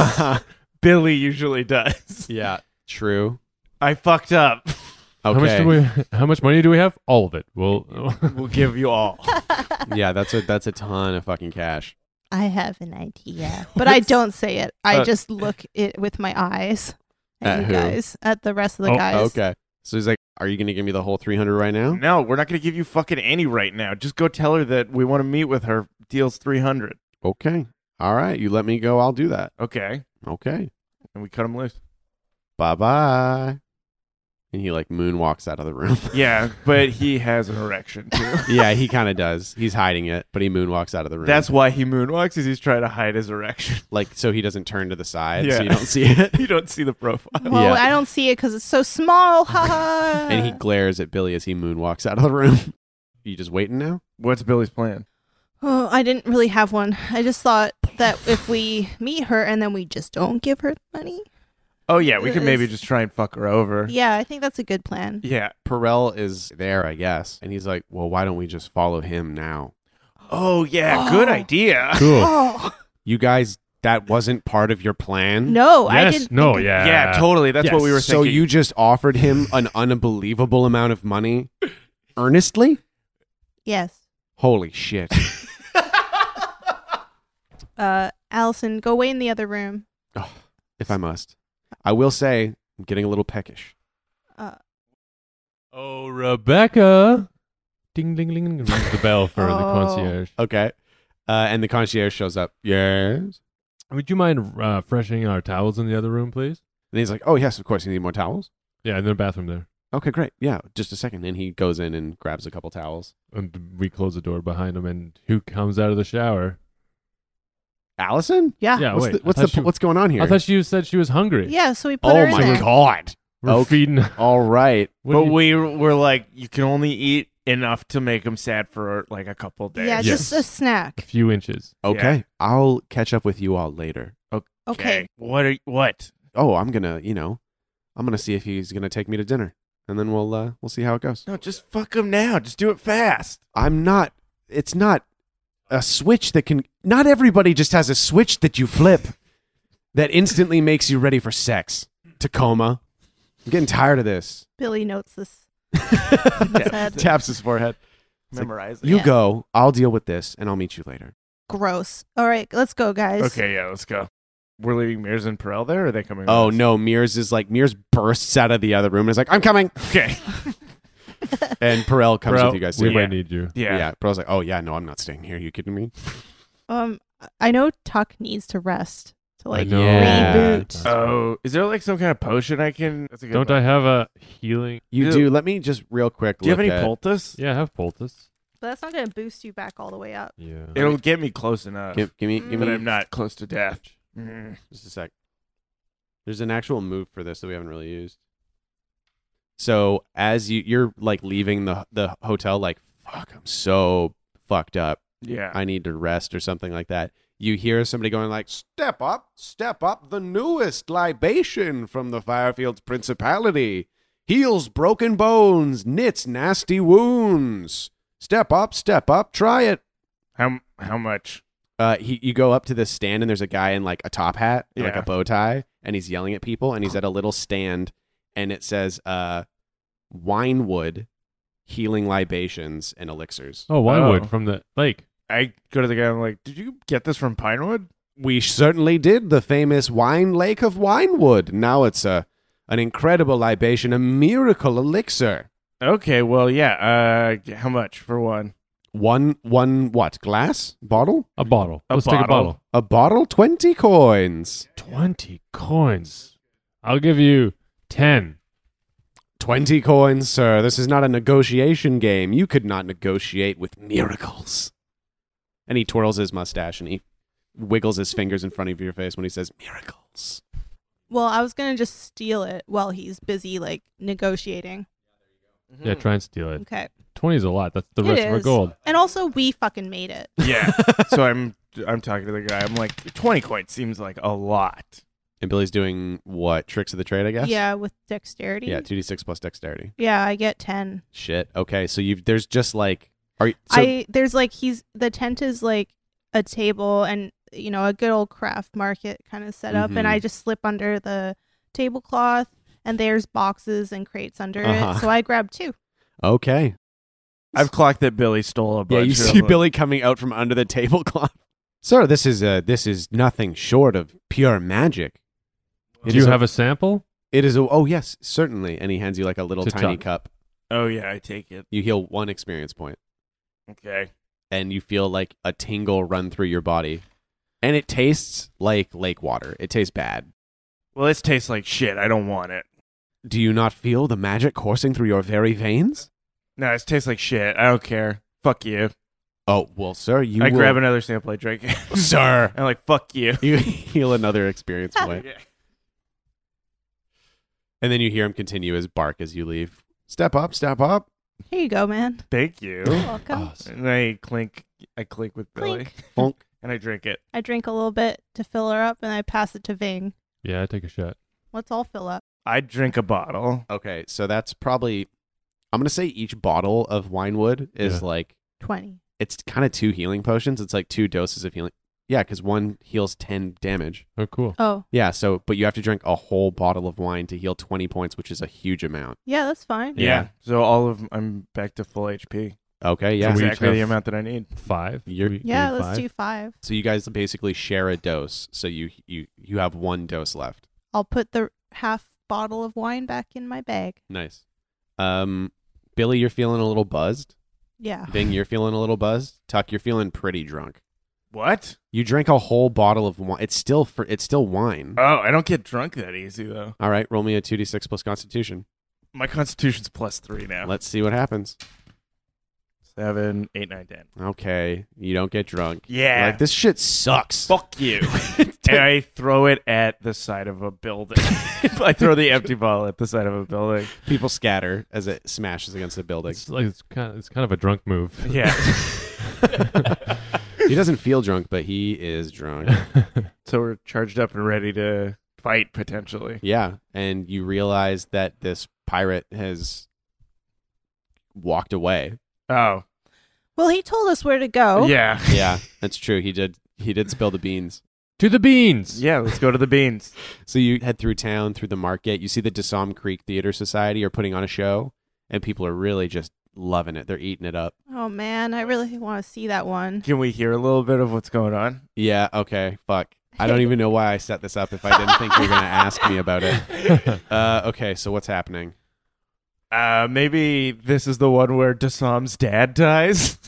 D: Billy usually does.
B: yeah, true.
D: I fucked up.
B: Okay.
E: How much do we? How much money do we have? All of it. Well,
D: We'll give you all.
B: yeah, that's a that's a ton of fucking cash.
C: I have an idea, but I don't say it. I
D: Uh,
C: just look it with my eyes
B: At
C: at, you
B: who?
C: guys, at the rest of the
E: Oh,
C: guys.
B: Okay. So he's like, "Are you gonna give me the whole three hundred right now?"
D: no, we're not going to give you fucking any right now. Just go tell her that we want to meet with her. Deals 300.
B: Okay. All right. You let me go. I'll do that.
D: Okay.
B: Okay.
D: And we cut him loose.
B: Bye bye. And he like moonwalks out of the room.
D: Yeah, but he has an erection too.
B: yeah, he kind of does. He's hiding it, but he moonwalks out of the room.
D: That's why he moonwalks is he's trying to hide his erection.
B: like so he doesn't turn to the side,
D: Yeah.
B: so you don't see it.
D: you don't see the profile.
C: Well,
B: Yeah.
C: I don't see it because it's so small. Ha ha.
B: and he glares at Billy as he moonwalks out of the room. you just waiting now?
D: What's Billy's plan?
C: Oh, I didn't really have one. I just thought that if we meet her and then we just don't give her the money.
D: Oh yeah, we
C: Uh,
D: could maybe
C: is-
D: just try and fuck her over.
C: Yeah, I think that's a good plan.
D: Yeah.
B: Perel is there, I guess, and he's like, "Well, why don't we just follow him now?"
D: Oh yeah, good
C: Oh.
D: idea.
E: cool.
C: Oh
B: You guys, that wasn't part of your plan.
D: Oh,
C: no, I
E: yes.
C: didn't.
E: No.
C: think-
E: yeah.
D: yeah, totally. That's what we were
B: So
D: thinking.
B: you just offered him an unbelievable amount of money, earnestly.
C: Yes.
B: Holy shit!
C: Uh, Allison, go away in the other room.
B: Oh, if I must, I will say I'm getting a little peckish.
C: Uh,
E: Oh, Rebecca. Ding ding ding ding. Rings the bell for the
C: Oh.
E: concierge.
B: Okay, uh, and the concierge shows up. Yes,
E: Would you mind uh, freshening our towels in the other room, please?
B: and he's like, "Oh yes, of course. You need more towels."
E: Yeah, in the bathroom there.
B: Okay, great. Yeah, just a second. And he goes in and grabs a couple towels.
E: And we close the door behind him, and who comes out of the shower?
B: Allison,
C: Yeah.
E: Yeah,
C: Yeah.
B: Ah, what's
E: wait.
B: the,
E: I
B: what's,
E: thought
B: the,
E: she-
B: what's going on here?
E: I thought she said she was hungry.
C: so we put her
B: oh
C: in
B: my
C: there.
B: god!
E: We're
B: Okay.
E: feeding.
B: All right.
E: What
D: but
E: do you-
D: we were like, you can only eat enough to make him sad for like a couple days.
C: Yeah,
E: Yes.
C: just a
E: a
C: snack.
E: few inches.
B: Okay, I'll catch up with you all later.
C: Okay.
D: What are what?
B: Oh, I'm gonna, you know, I'm gonna see if he's gonna take me to dinner, and then we'll uh, we'll see how it goes.
D: No, just fuck him now. Just do it fast.
B: I'm not. It's not a switch that can. Not everybody just has a switch that you flip that instantly makes you ready for sex. Tacoma, I'm getting tired of this.
C: Billy notes this. Sad.
B: Taps his forehead. It's like,
D: Memorize it.
B: You
C: Yeah.
B: go. I'll deal with this, and I'll meet you later.
C: Gross. All right, let's go, guys.
D: Okay, yeah, let's go. We're leaving Mears and Perel there. Or are they coming? with
B: Oh
D: us?
B: no, Mears is like Mears bursts out of the other room and is like, "I'm coming,"
D: Okay.
B: and Perel comes
E: Bro,
B: with you guys.
E: We
B: Too.
D: Yeah.
E: might need you.
D: Yeah.
B: yeah. Perel's like, "Oh yeah, no, I'm not staying here. you kidding me?"
C: Um, I know Tuck needs to rest to like
E: I know. Uh,
B: yeah.
C: reboot.
D: Oh, is there like some kind of potion I can? That's a good
E: Don't
D: one.
E: I have a healing?
B: You
D: Dude.
B: do. Let me just real quick.
D: Do you have
B: look
D: any
B: at-
D: poultice?
E: Yeah, I have poultice.
C: But that's not going to boost you back all the way up.
E: Yeah.
D: It'll get me close enough,
B: Give, give me, give
D: but
B: me Mm-hmm.
D: I'm not close to death. Mm.
B: Just a sec. There's an actual move for this that we haven't really used. So as you you're like leaving the the hotel, like fuck, I'm so fucked up.
D: Yeah.
B: I need to rest or something like that. You hear somebody going like, "Step up, step up! The newest libation from the Firefields Principality heals broken bones, knits nasty wounds. Step up, step up! Try it."
D: how how much?
B: uh, he, you go up to this stand and there's a guy in like a top hat, and, like
D: Yeah.
B: a bow tie, and he's yelling at people, and he's at a little stand, and it says, uh, "Winewood, healing libations and elixirs."
E: Oh, winewood
D: Oh.
E: from the lake.
D: I go to the guy. I'm like, did you get this from Pinewood?
B: We certainly did the famous wine lake of Winewood. Now it's a an incredible libation, a miracle elixir.
D: Okay, well, yeah. Uh, how much for one?
B: One one what glass bottle?
E: A bottle.
D: A
E: Let's take a
D: bottle.
E: bottle.
B: A bottle, twenty coins.
E: 20 coins. I'll give you 10.
B: Twenty coins, sir. This is not a negotiation game. You could not negotiate with miracles. And he twirls his mustache and he wiggles his fingers in front of your face when he says miracles.
C: Well, I was going to just steal it while he's busy like negotiating.
B: Mm-hmm.
E: Yeah, try and steal it.
C: Okay.
E: 20 is a lot. That's the
C: It
E: rest of our
C: is.
E: gold.
C: And also, we fucking made it.
D: Yeah. so I'm I'm talking to the guy. I'm like, twenty coins seems like a lot.
B: And Billy's doing what? Tricks of the trade, I guess?
C: Yeah, with dexterity.
B: Yeah, two D six plus dexterity.
C: Yeah, I get 10.
B: Shit. Okay, so you've there's just like are you, so
C: I there's like he's the tent is like a table and you know a good old craft market kind of set up
B: Mhm.
C: and I just slip under the tablecloth and there's boxes and crates under
B: Uh-huh.
C: it so I grab two.
B: okay.
D: I've clocked that Billy stole a bunch.
B: Yeah, you
D: of
B: see
D: them.
B: Billy coming out from under the tablecloth. Sir, this is uh this is nothing short of pure magic. It
E: Do you
B: is a-
E: have a sample?
B: It is a oh yes, certainly. And he hands you like a little
E: To
B: tiny
E: Tuck.
B: cup.
D: Oh yeah, I take it.
B: You heal one experience point,
D: Okay.
B: and you feel like a tingle run through your body, and it tastes like lake water. It tastes bad.
D: Well, this tastes like shit. I don't want it.
B: Do you not feel the magic coursing through your very veins?
D: No, this tastes like shit. I don't care. Fuck you.
B: Oh well, sir, you
D: I
B: will-
D: grab another sample. I drink it.
B: sir.
D: I'm like, fuck you.
B: You heal another experience point. And then you hear him continue his bark as you leave. Step up, step up. Ah,
C: Here you go, man.
D: Thank you.
C: You're welcome.
E: Awesome.
D: And I clink. I clink with Billy,
C: Clink.
B: Bonk.
D: and I drink it.
C: I drink a little bit to fill her up and I pass it to Ving.
E: Yeah, I take a shot.
C: Let's all fill up.
D: I drink a bottle.
B: Okay, so that's probably I'm gonna say each bottle of winewood is
E: Yeah.
B: like
C: 20.
B: it's kind of two healing potions. It's like two doses of healing. Yeah, because one heals ten damage.
E: Oh, cool.
C: Oh,
B: Yeah, so but you have to drink a whole bottle of wine to heal 20 points, which is a huge amount.
C: yeah, that's fine.
E: Yeah.
D: So all of I'm back to full HP.
B: Okay, yeah.
E: So we-
D: exactly
E: each
D: the
E: have-
D: amount that I need.
E: Five.
B: You're-
E: We-
C: Yeah,
E: give me
C: let's
E: five.
C: do 5.
B: So you guys basically share a dose, so you you you have one dose left.
C: I'll put the half bottle of wine back in my bag.
B: Nice. Um Billy, you're feeling a little buzzed.
C: Yeah.
B: Bing, you're feeling a little buzzed. Tuck, you're feeling pretty drunk.
D: What?
B: You drank a whole bottle of wine. It's still for it's still wine.
D: Oh, I don't get drunk that easy though.
B: All right, roll me a 2d6 plus constitution.
D: My constitution's plus three now.
B: Let's see what happens.
D: Seven, eight, nine, ten.
B: Okay, you don't get drunk. You're
D: Yeah.
B: Like this shit sucks.
D: Fuck you. and I throw it at the side of a building. I throw the empty bottle at the side of a building.
B: People scatter as it smashes against the building.
E: It's like it's kind of, it's kind of a drunk move.
D: Yeah.
B: he doesn't feel drunk, but he is drunk.
D: so we're charged up and ready to fight potentially.
B: Yeah, and you realize that this pirate has walked away.
D: Oh.
C: Well, he told us where to go.
D: Yeah.
B: Yeah, that's true. He did. He did spill the beans.
E: to the beans.
D: Yeah, let's go to the beans.
B: So you head through town, through the market. You see the DeSalm Creek Theater Society are putting on a show, and people are really just loving it. They're eating it up.
C: Oh man, I really want to see that one.
D: Can we hear a little bit of what's going on?
B: Yeah. Okay. Fuck. I don't even know why I set this up if I didn't think you were going to ask me about it. Uh, okay. So what's happening?
D: Uh, maybe this is the one where Dassam's dad dies.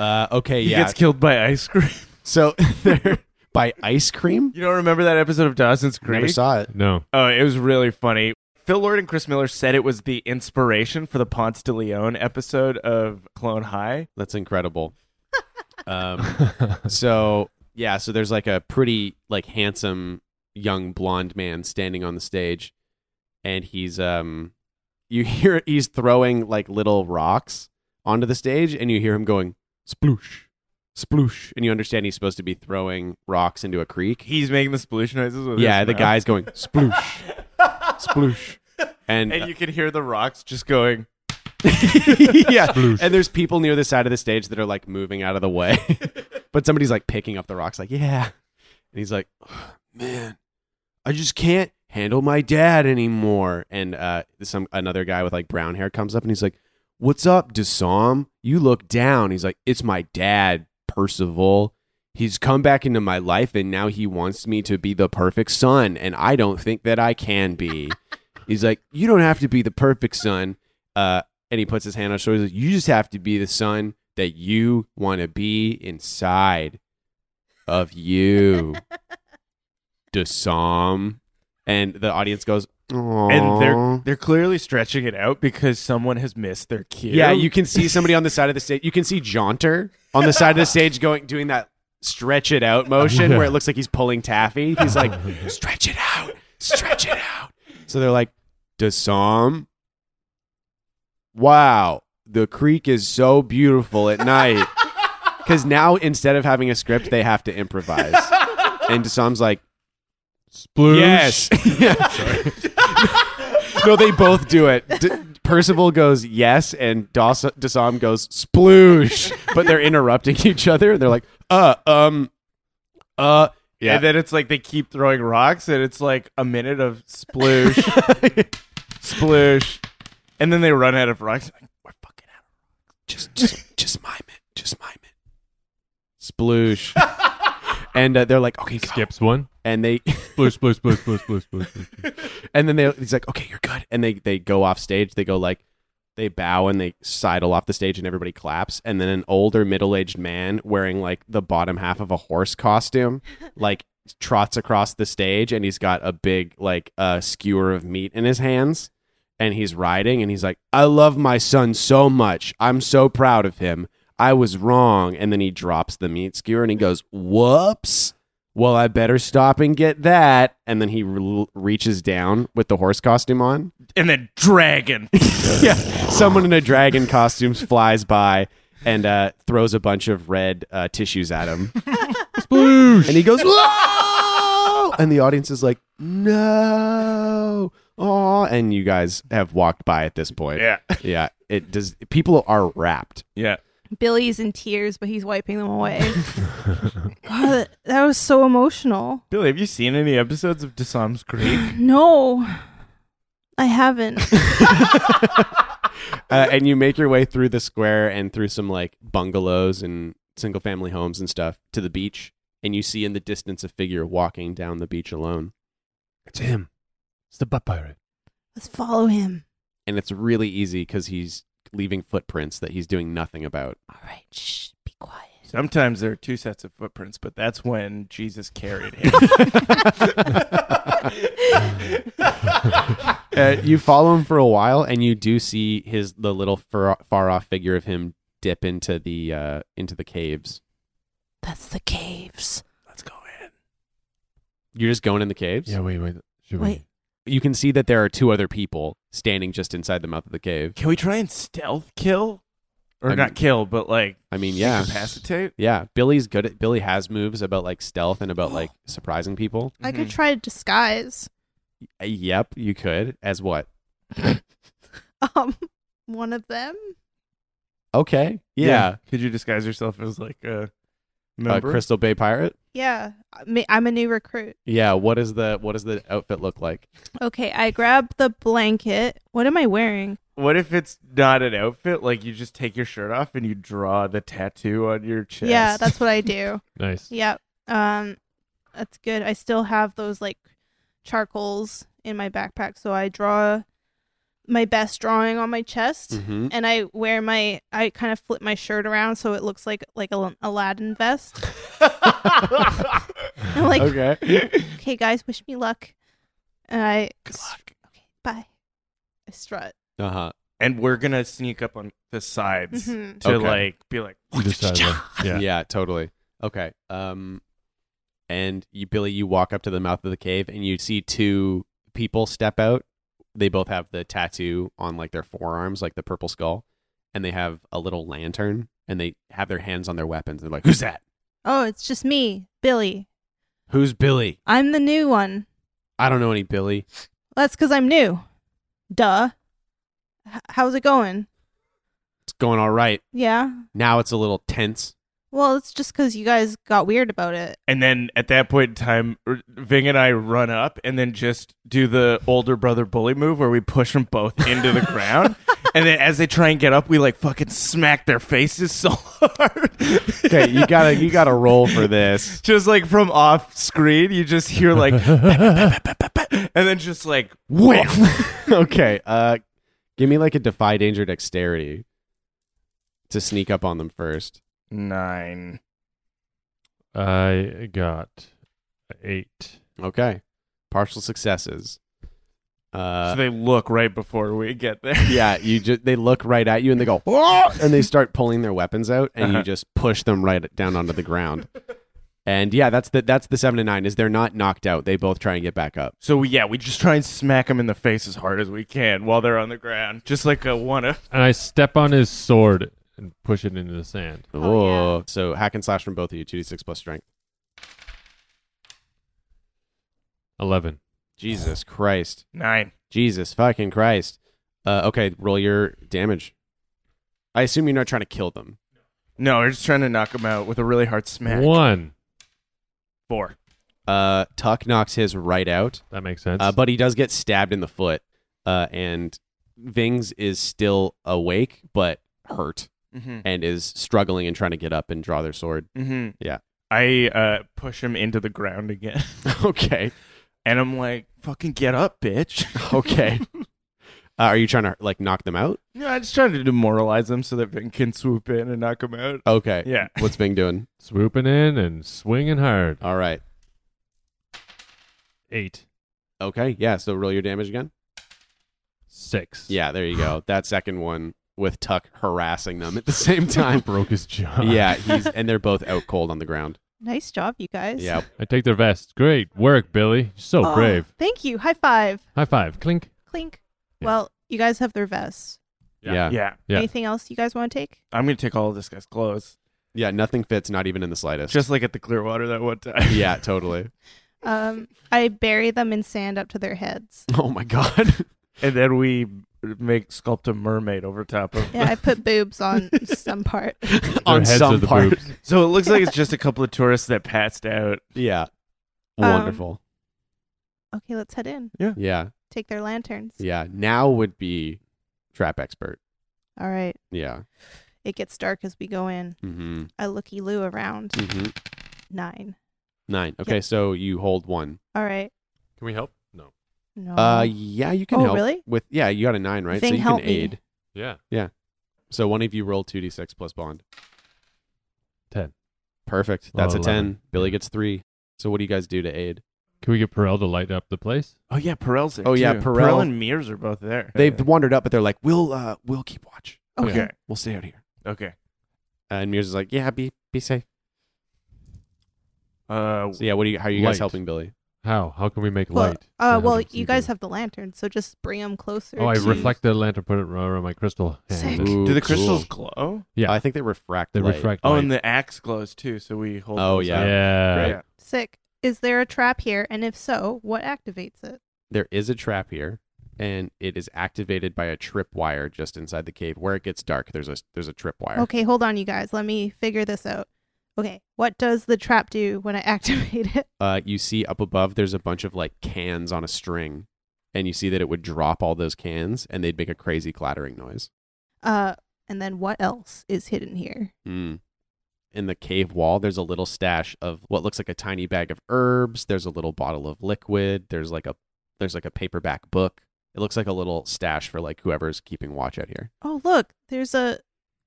B: Uh, okay.
D: He
B: Yeah.
D: gets killed by ice cream.
B: so they're by ice cream.
D: You don't remember that episode of Dawson's Creek?
B: Never saw it.
E: no.
D: Oh, it was really funny. Phil Lord and Chris Miller said it was the inspiration for the Ponce de Leon episode of Clone High.
B: That's incredible. um, so yeah, so there's like a pretty like handsome young blonde man standing on the stage, and he's um, you hear he's throwing like little rocks onto the stage, and you hear him going sploosh, sploosh, and you understand he's supposed to be throwing rocks into a creek.
D: He's making the sploosh noises. With
B: Yeah,
D: his
B: the
D: mouth.
B: guy's going sploosh, sploosh, and,
D: And you can hear the rocks just going.
B: yeah.
E: Sploosh.
B: And there's people near the side of the stage that are like moving out of the way. but somebody's like picking up the rocks, like, yeah. And he's like, man, I just can't handle my dad anymore. And uh, some another guy with like brown hair comes up and he's like, what's up, Dasam? You look down. He's like, it's my dad, Percival. He's come back into my life and now he wants me to be the perfect son. And I don't think that I can be. He's like, you don't have to be the perfect son. Uh, and he puts his hand on his shoulders. You just have to be the son that you want to be inside of you, Dasam. And the audience goes,
D: And
B: "Aw."
D: they're they're clearly stretching it out because someone has missed their cue.
B: Yeah, you can see somebody on the side of the stage. You can see Jaunter on the side of the stage going doing that stretch it out motion where it looks like he's pulling taffy. He's like, stretch it out, stretch it out. So they're like, Dasam. Wow, the creek is so beautiful at night. Because now instead of having a script, they have to improvise. And Dasam's like,
E: Sploosh.
B: Yes. no, they both do it. D- Percival goes yes, and Das- Dasam goes sploosh, but they're interrupting each other, and they're like, uh, um, uh, yeah.
D: And then it's like they keep throwing rocks, and it's like a minute of sploosh, sploosh, and then they run out of rocks. Like, We're fucking out.
B: just, just, just mime it, just mime it, sploosh, and uh, they're like, okay, go.
E: Skips one.
B: and they,
E: Sploosh, sploosh, sploosh, sploosh, sploosh, sploosh, sploosh.
B: and then they, he's like, okay, you're good, and they, they go off stage, they go like. They bow and they sidle off the stage and everybody claps. And then an older middle aged man wearing like the bottom half of a horse costume like trots across the stage and he's got a big like uh, skewer of meat in his hands and he's riding and he's like i love my son so much i'm so proud of him i was wrong and then he drops the meat skewer and he goes whoops well i better stop and get that and then he re- reaches down with the horse costume on
D: And then dragon.
B: yeah someone in a dragon costume flies by and uh, throws a bunch of red uh, tissues at him
E: Sploosh.
B: and he goes, "Whoa!" and the audience is like, "No!" Aw, and you guys have walked by at this point.
D: yeah,
B: yeah. It does. People are wrapped.
D: yeah.
C: Billy's in tears, but he's wiping them away. God, that- that was so emotional.
D: Billy, have you seen any episodes of Dassam's Creek?
C: No, I haven't.
B: Uh, and you make your way through the square and through some like bungalows and single family homes and stuff to the beach. And you see in the distance a figure walking down the beach alone.
E: It's him. It's the butt pirate.
C: Let's follow him.
B: And it's really easy because he's leaving footprints that he's doing nothing about.
C: All right, shh, be quiet.
D: Sometimes there are two sets of footprints, but that's when Jesus carried him.
B: uh, you follow him for a while, and you do see his the little far, far off figure of him dip into the uh, into the caves.
C: That's the caves.
D: Let's go in.
B: You're just going in the caves.
E: Yeah, wait, wait. Should
C: Wait.
B: You can see that there are two other people standing just inside the mouth of the cave.
D: Can we try and stealth kill? Or
B: I'm-
D: not kill, but like
B: I mean, yeah,
D: incapacitate?
B: yeah. Billy's good at Billy has moves about like stealth and about like surprising people.
C: I could
D: Mhm.
C: try disguise.
B: Uh, Yep, you could as what?
C: Um, one of them.
B: Okay, yeah,
D: Could you disguise yourself as like a
B: A
D: member?
B: Crystal Bay pirate.
C: Yeah, I- I'm a new recruit.
B: Yeah, what is the what does the outfit look like?
C: Okay, I grab the blanket. What am I wearing?
D: what if it's not an outfit? Like you just take your shirt off and you draw the tattoo on your chest.
C: Yeah, that's what I do.
E: we? Nice.
C: yep. Um, that's good. I still have those like charcoals in my backpack, so I draw my best drawing on my chest,
B: Mm-hmm.
C: and I wear my. I kind of flip my shirt around so it looks like like a Aladdin vest. I'm like, okay.
B: okay.
C: guys, wish me luck. And I Okay, bye. I strut.
B: Uh huh.
D: and we're gonna sneak up on the sides
C: Mhm.
D: to
B: Okay.
D: like be like
E: You decide that.
B: Yeah.
E: Yeah.
B: totally. Okay. Um, and you, Billy, you walk up to the mouth of the cave, and you see two people step out. They both have the tattoo on like their forearms, like the purple skull, and they have a little lantern, and they have their hands on their weapons. They're like, "Who's that?
C: Oh, it's just me, Billy.
B: Who's Billy?
C: I'm the new one.
B: I don't know any Billy."
C: That's because I'm new. Duh. H- how's it going?
B: It's going all right.
C: Yeah.
B: Now it's a little tense.
C: Well, it's just because you guys got weird about it.
D: and then at that point in time R- Ving and I run up and then just do the older brother bully move where we push them both into the ground and then as they try and get up we like fucking smack their faces so hard
B: Okay, you gotta you gotta roll for this.
D: just like from off screen you just hear like and then just like
B: Whiff. okay. Uh, give me like a defy danger dexterity to sneak up on them first.
D: nine
E: I got eight.
B: Okay. Partial successes. Uh,
D: so they look right before we get there
B: yeah, you just they look right at you and they go "Whoa!" and they start pulling their weapons out and you
D: Uh-huh.
B: just push them right down onto the ground. And yeah, that's the that's the 7 to 9 is they're not knocked out. They both try and get back up.
D: So we, yeah, we just try and smack him in the face as hard as we can while they're on the ground, just like a one of.
E: And I step on his sword and push it into the sand.
C: Oh, yeah.
B: Ooh. So hack and slash from both of you 2d6 plus strength.
E: Eleven.
B: Jesus Christ.
D: Nine.
B: Jesus fucking Christ. Uh, okay, roll your damage. I assume you're not trying to kill them.
D: No, we're just trying to knock him out with a really hard smack.
E: One.
D: Four.
B: Uh, Tuck knocks his right out.
E: That makes sense.
B: Uh, but he does get stabbed in the foot, uh, and Vings is still awake but hurt
D: Mm-hmm.
B: and is struggling and trying to get up and draw their sword.
D: Mm-hmm.
B: Yeah.
D: I uh, push him into the ground again,
B: okay,
D: and I'm like, "Fucking get up, bitch!"
B: okay. uh, are you trying to like knock them out?
D: no, I'm just trying to demoralize him so that Vin can swoop in and knock him out.
B: Okay.
D: Yeah.
B: What's Ving doing?
E: Swooping in and swinging hard.
B: All right.
E: Eight.
B: Okay. Yeah. So roll your damage again.
E: Six.
B: Yeah. There you go. That second one with Tuck harassing them at the same time.
E: Broke his jaw.
B: yeah. He's and they're both out cold on the ground.
C: Nice job, you guys.
B: Yeah.
E: I take their vest. Great work, Billy. You're so
C: Oh,
E: brave.
C: Thank you. High five.
E: High five. Clink.
C: Clink.
E: Yeah.
C: Well, you guys have their vests.
E: Yeah.
B: Yeah.
D: Yeah,
E: Yeah.
C: Anything else you guys want to take?
D: I'm gonna take all of this guy's clothes,
B: Yeah. Nothing fits. Not even in the slightest.
D: just like at the Clearwater that one time.
B: yeah. Totally.
C: Um, I bury them in sand up to their heads.
B: Oh my god.
D: and then we make sculpt a mermaid over top of.
C: Yeah, I put boobs on some part.
E: Their
B: On
E: heads
B: some
E: are the
B: part.
E: boobs.
D: So it looks like it's just a couple of tourists that passed out.
B: Yeah.
C: Um,
B: Wonderful.
C: Okay, let's head in.
B: Yeah.
C: Take their lanterns.
B: Yeah. Now would be trap expert.
C: All right.
B: Yeah.
C: It gets dark as we go in.
B: Mm-hmm.
C: I looky loo around.
B: Mm-hmm.
C: Nine.
B: Nine. Okay. So you hold one.
C: All right.
E: Can we help? No.
C: No.
B: Uh, yeah, you can
C: Oh,
B: help.
C: really?
B: With yeah, you got a nine, right?
C: Thing
B: so you
C: help
B: can
C: me.
B: aid.
E: Yeah.
B: So one of you roll two d six plus bond.
E: Ten.
B: Perfect. That's
E: Oh,
B: a ten.
E: 11.
B: Billy gets three. So what do you guys do to aid?
E: Can we get Perel to light up the place?
D: Oh yeah, Perel's there.
B: Oh, yeah,
D: too.
B: Perel-
D: and Mears are both there.
B: They've wandered up, but they're like, "We'll uh, we'll keep watch."
E: Okay.
D: Okay.
B: We'll stay out here.
D: Okay.
B: And Mears is like, "Yeah, be be safe."
D: Uh,
B: So yeah, what are you? How are you guys
E: Light.
B: helping Billy?
E: How? How can we make
C: Well,
E: light? to
C: uh,
E: help
C: well,
E: us
C: you
E: see
C: guys
E: them?
C: have the lantern, so just bring them closer.
E: Oh, I
C: to-
E: reflect the lantern, put it around my crystal. hand.
C: Sick.
B: Ooh,
D: do the
B: cool.
D: crystals glow?
E: Yeah.
B: Uh, I think they refract.
E: They
B: light.
E: refract.
D: Oh,
E: light.
D: and the axe glows too. So we hold.
B: Oh,
D: those
B: yeah.
E: yeah.
D: up.
B: Great.
D: Yeah.
C: Sick. Is there a trap here? And if so, what activates it?
B: There is a trap here, and it is activated by a tripwire just inside the cave. Where it gets dark, there's a there's a tripwire.
C: Okay, hold on, you guys. Let me figure this out. Okay, what does the trap do when I activate it?
B: Uh, you see up above, there's a bunch of like cans on a string, and you see that it would drop all those cans, and they'd make a crazy clattering noise.
C: Uh, and then what else is hidden here?
B: Mm. In the cave wall, there's a little stash of what looks like a tiny bag of herbs. There's a little bottle of liquid. There's like a there's like a paperback book. It looks like a little stash for like whoever's keeping watch out here.
C: Oh, look, there's a.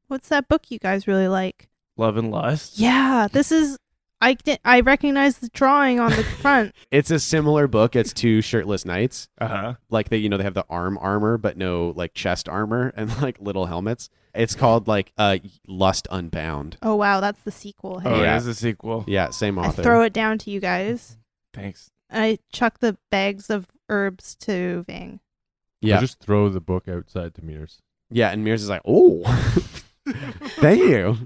C: What's that book you guys really like?
D: Love and lust.
C: Yeah, this is. I di- I recognize the drawing on the front.
B: It's a similar book. It's two shirtless knights.
D: Uh huh.
B: Like they, you know, they have the arm armor, but no like chest armor and like little helmets. It's called like uh Lust Unbound.
C: Oh wow, that's the sequel. Hey,
D: Oh,
B: Yeah.
D: it is a sequel.
B: Yeah, same
C: I
B: author.
C: throw it down to you guys.
D: Thanks.
C: I chuck the bags of herbs to Vang.
E: Or
B: yeah,
E: just throw the book outside to mirrors.
B: yeah. And Mears is like, oh, thank you.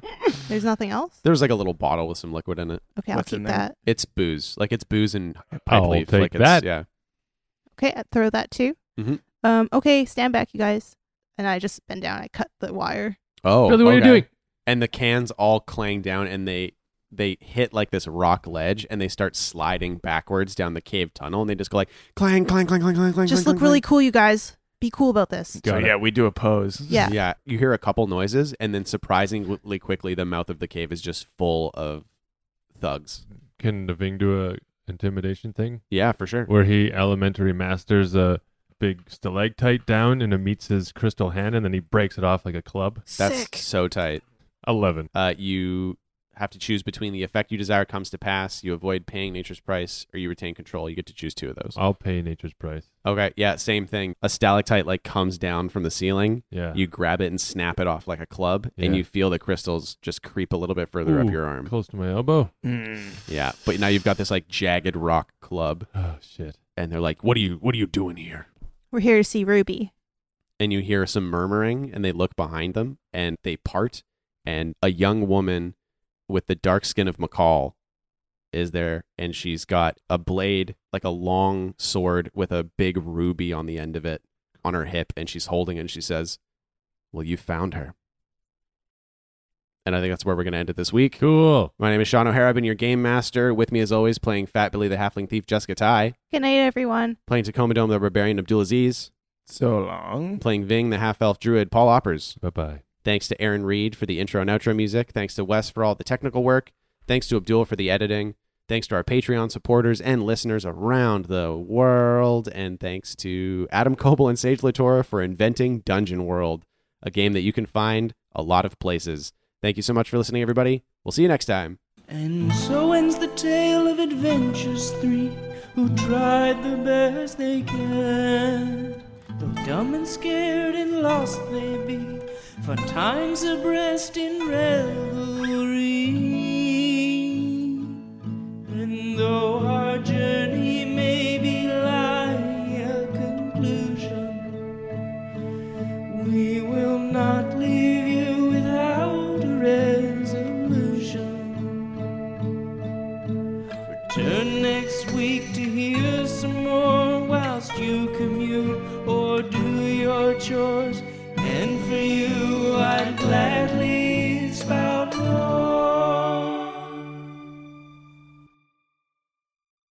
C: There's nothing else.
B: There was like a little bottle with some liquid in it.
C: Okay, I'll
D: What's
C: keep
D: in there?
C: that.
B: It's booze. Like it's booze and pipe
E: I'll
B: leaf.
E: Oh, take
B: like it's,
E: that.
B: Yeah.
C: Okay, I throw that too.
B: Mhm.
C: Um, okay, stand back, you guys. And I just bend down. I cut the wire.
B: Oh,
E: Billy, what are you doing?
B: And the cans all clang down, and they they hit like this rock ledge, and they start sliding backwards down the cave tunnel, and they just go like clang, clang, clang, clang, clang, clang.
C: Just
B: clang,
C: look
B: clang,
C: really cool, you guys. Be cool about this.
E: Got
D: so
E: it.
D: yeah, we do a pose.
C: Yeah.
B: Yeah, you hear a couple noises, and then surprisingly quickly, the mouth of the cave is just full of thugs.
E: Can the Ving do a intimidation thing
B: Yeah, for sure.
E: where he elementary masters a big stalactite down and it meets his crystal hand and then he breaks it off like a club?
B: That's
C: Sick.
B: so tight.
E: Eleven.
B: Uh, you have to choose between the effect you desire comes to pass, you avoid paying nature's price, or you retain control. You get to choose two of those.
E: I'll pay nature's price.
B: Okay, yeah, same thing. A stalactite like comes down from the ceiling.
E: Yeah.
B: You grab it and snap it off like a club, and
E: Yeah.
B: you feel the crystals just creep a little bit further up
E: Ooh,
B: your arm.
E: Close to my elbow.
D: Mm.
B: Yeah, but now you've got this like jagged rock club,
E: Oh shit.
B: and they're like, "What are you? What are you doing here?"
C: We're here to see Ruby.
B: And you hear some murmuring, and they look behind them, and they part, and a young woman with the dark skin of McCall is there, and she's got a blade like a long sword with a big ruby on the end of it on her hip, and she's holding it, and she says, "Well, you found her." And I think that's where we're going to end it this week.
E: Cool.
B: My name is Sean O'Hara. I've been your game master. With me, as always, playing Fat Billy the Halfling Thief, Jessica Ty,
C: Good night, everyone.
B: playing Tacoma Dome the Barbarian, Abdulaziz,
D: So long.
B: playing Ving the Half Elf Druid, Paul Oppers.
E: Bye bye.
B: Thanks to Aaron Reed for the intro and outro music. Thanks to Wes for all the technical work. Thanks to Abdul for the editing. Thanks to our Patreon supporters and listeners around the world. And thanks to Adam Coble and Sage Latora for inventing Dungeon World, a game that you can find a lot of places. Thank you so much for listening, everybody. We'll see you next time.
A: And so ends the tale of adventures three who tried the best they can. Though dumb and scared and lost they be, for time's abreast in revelry. And though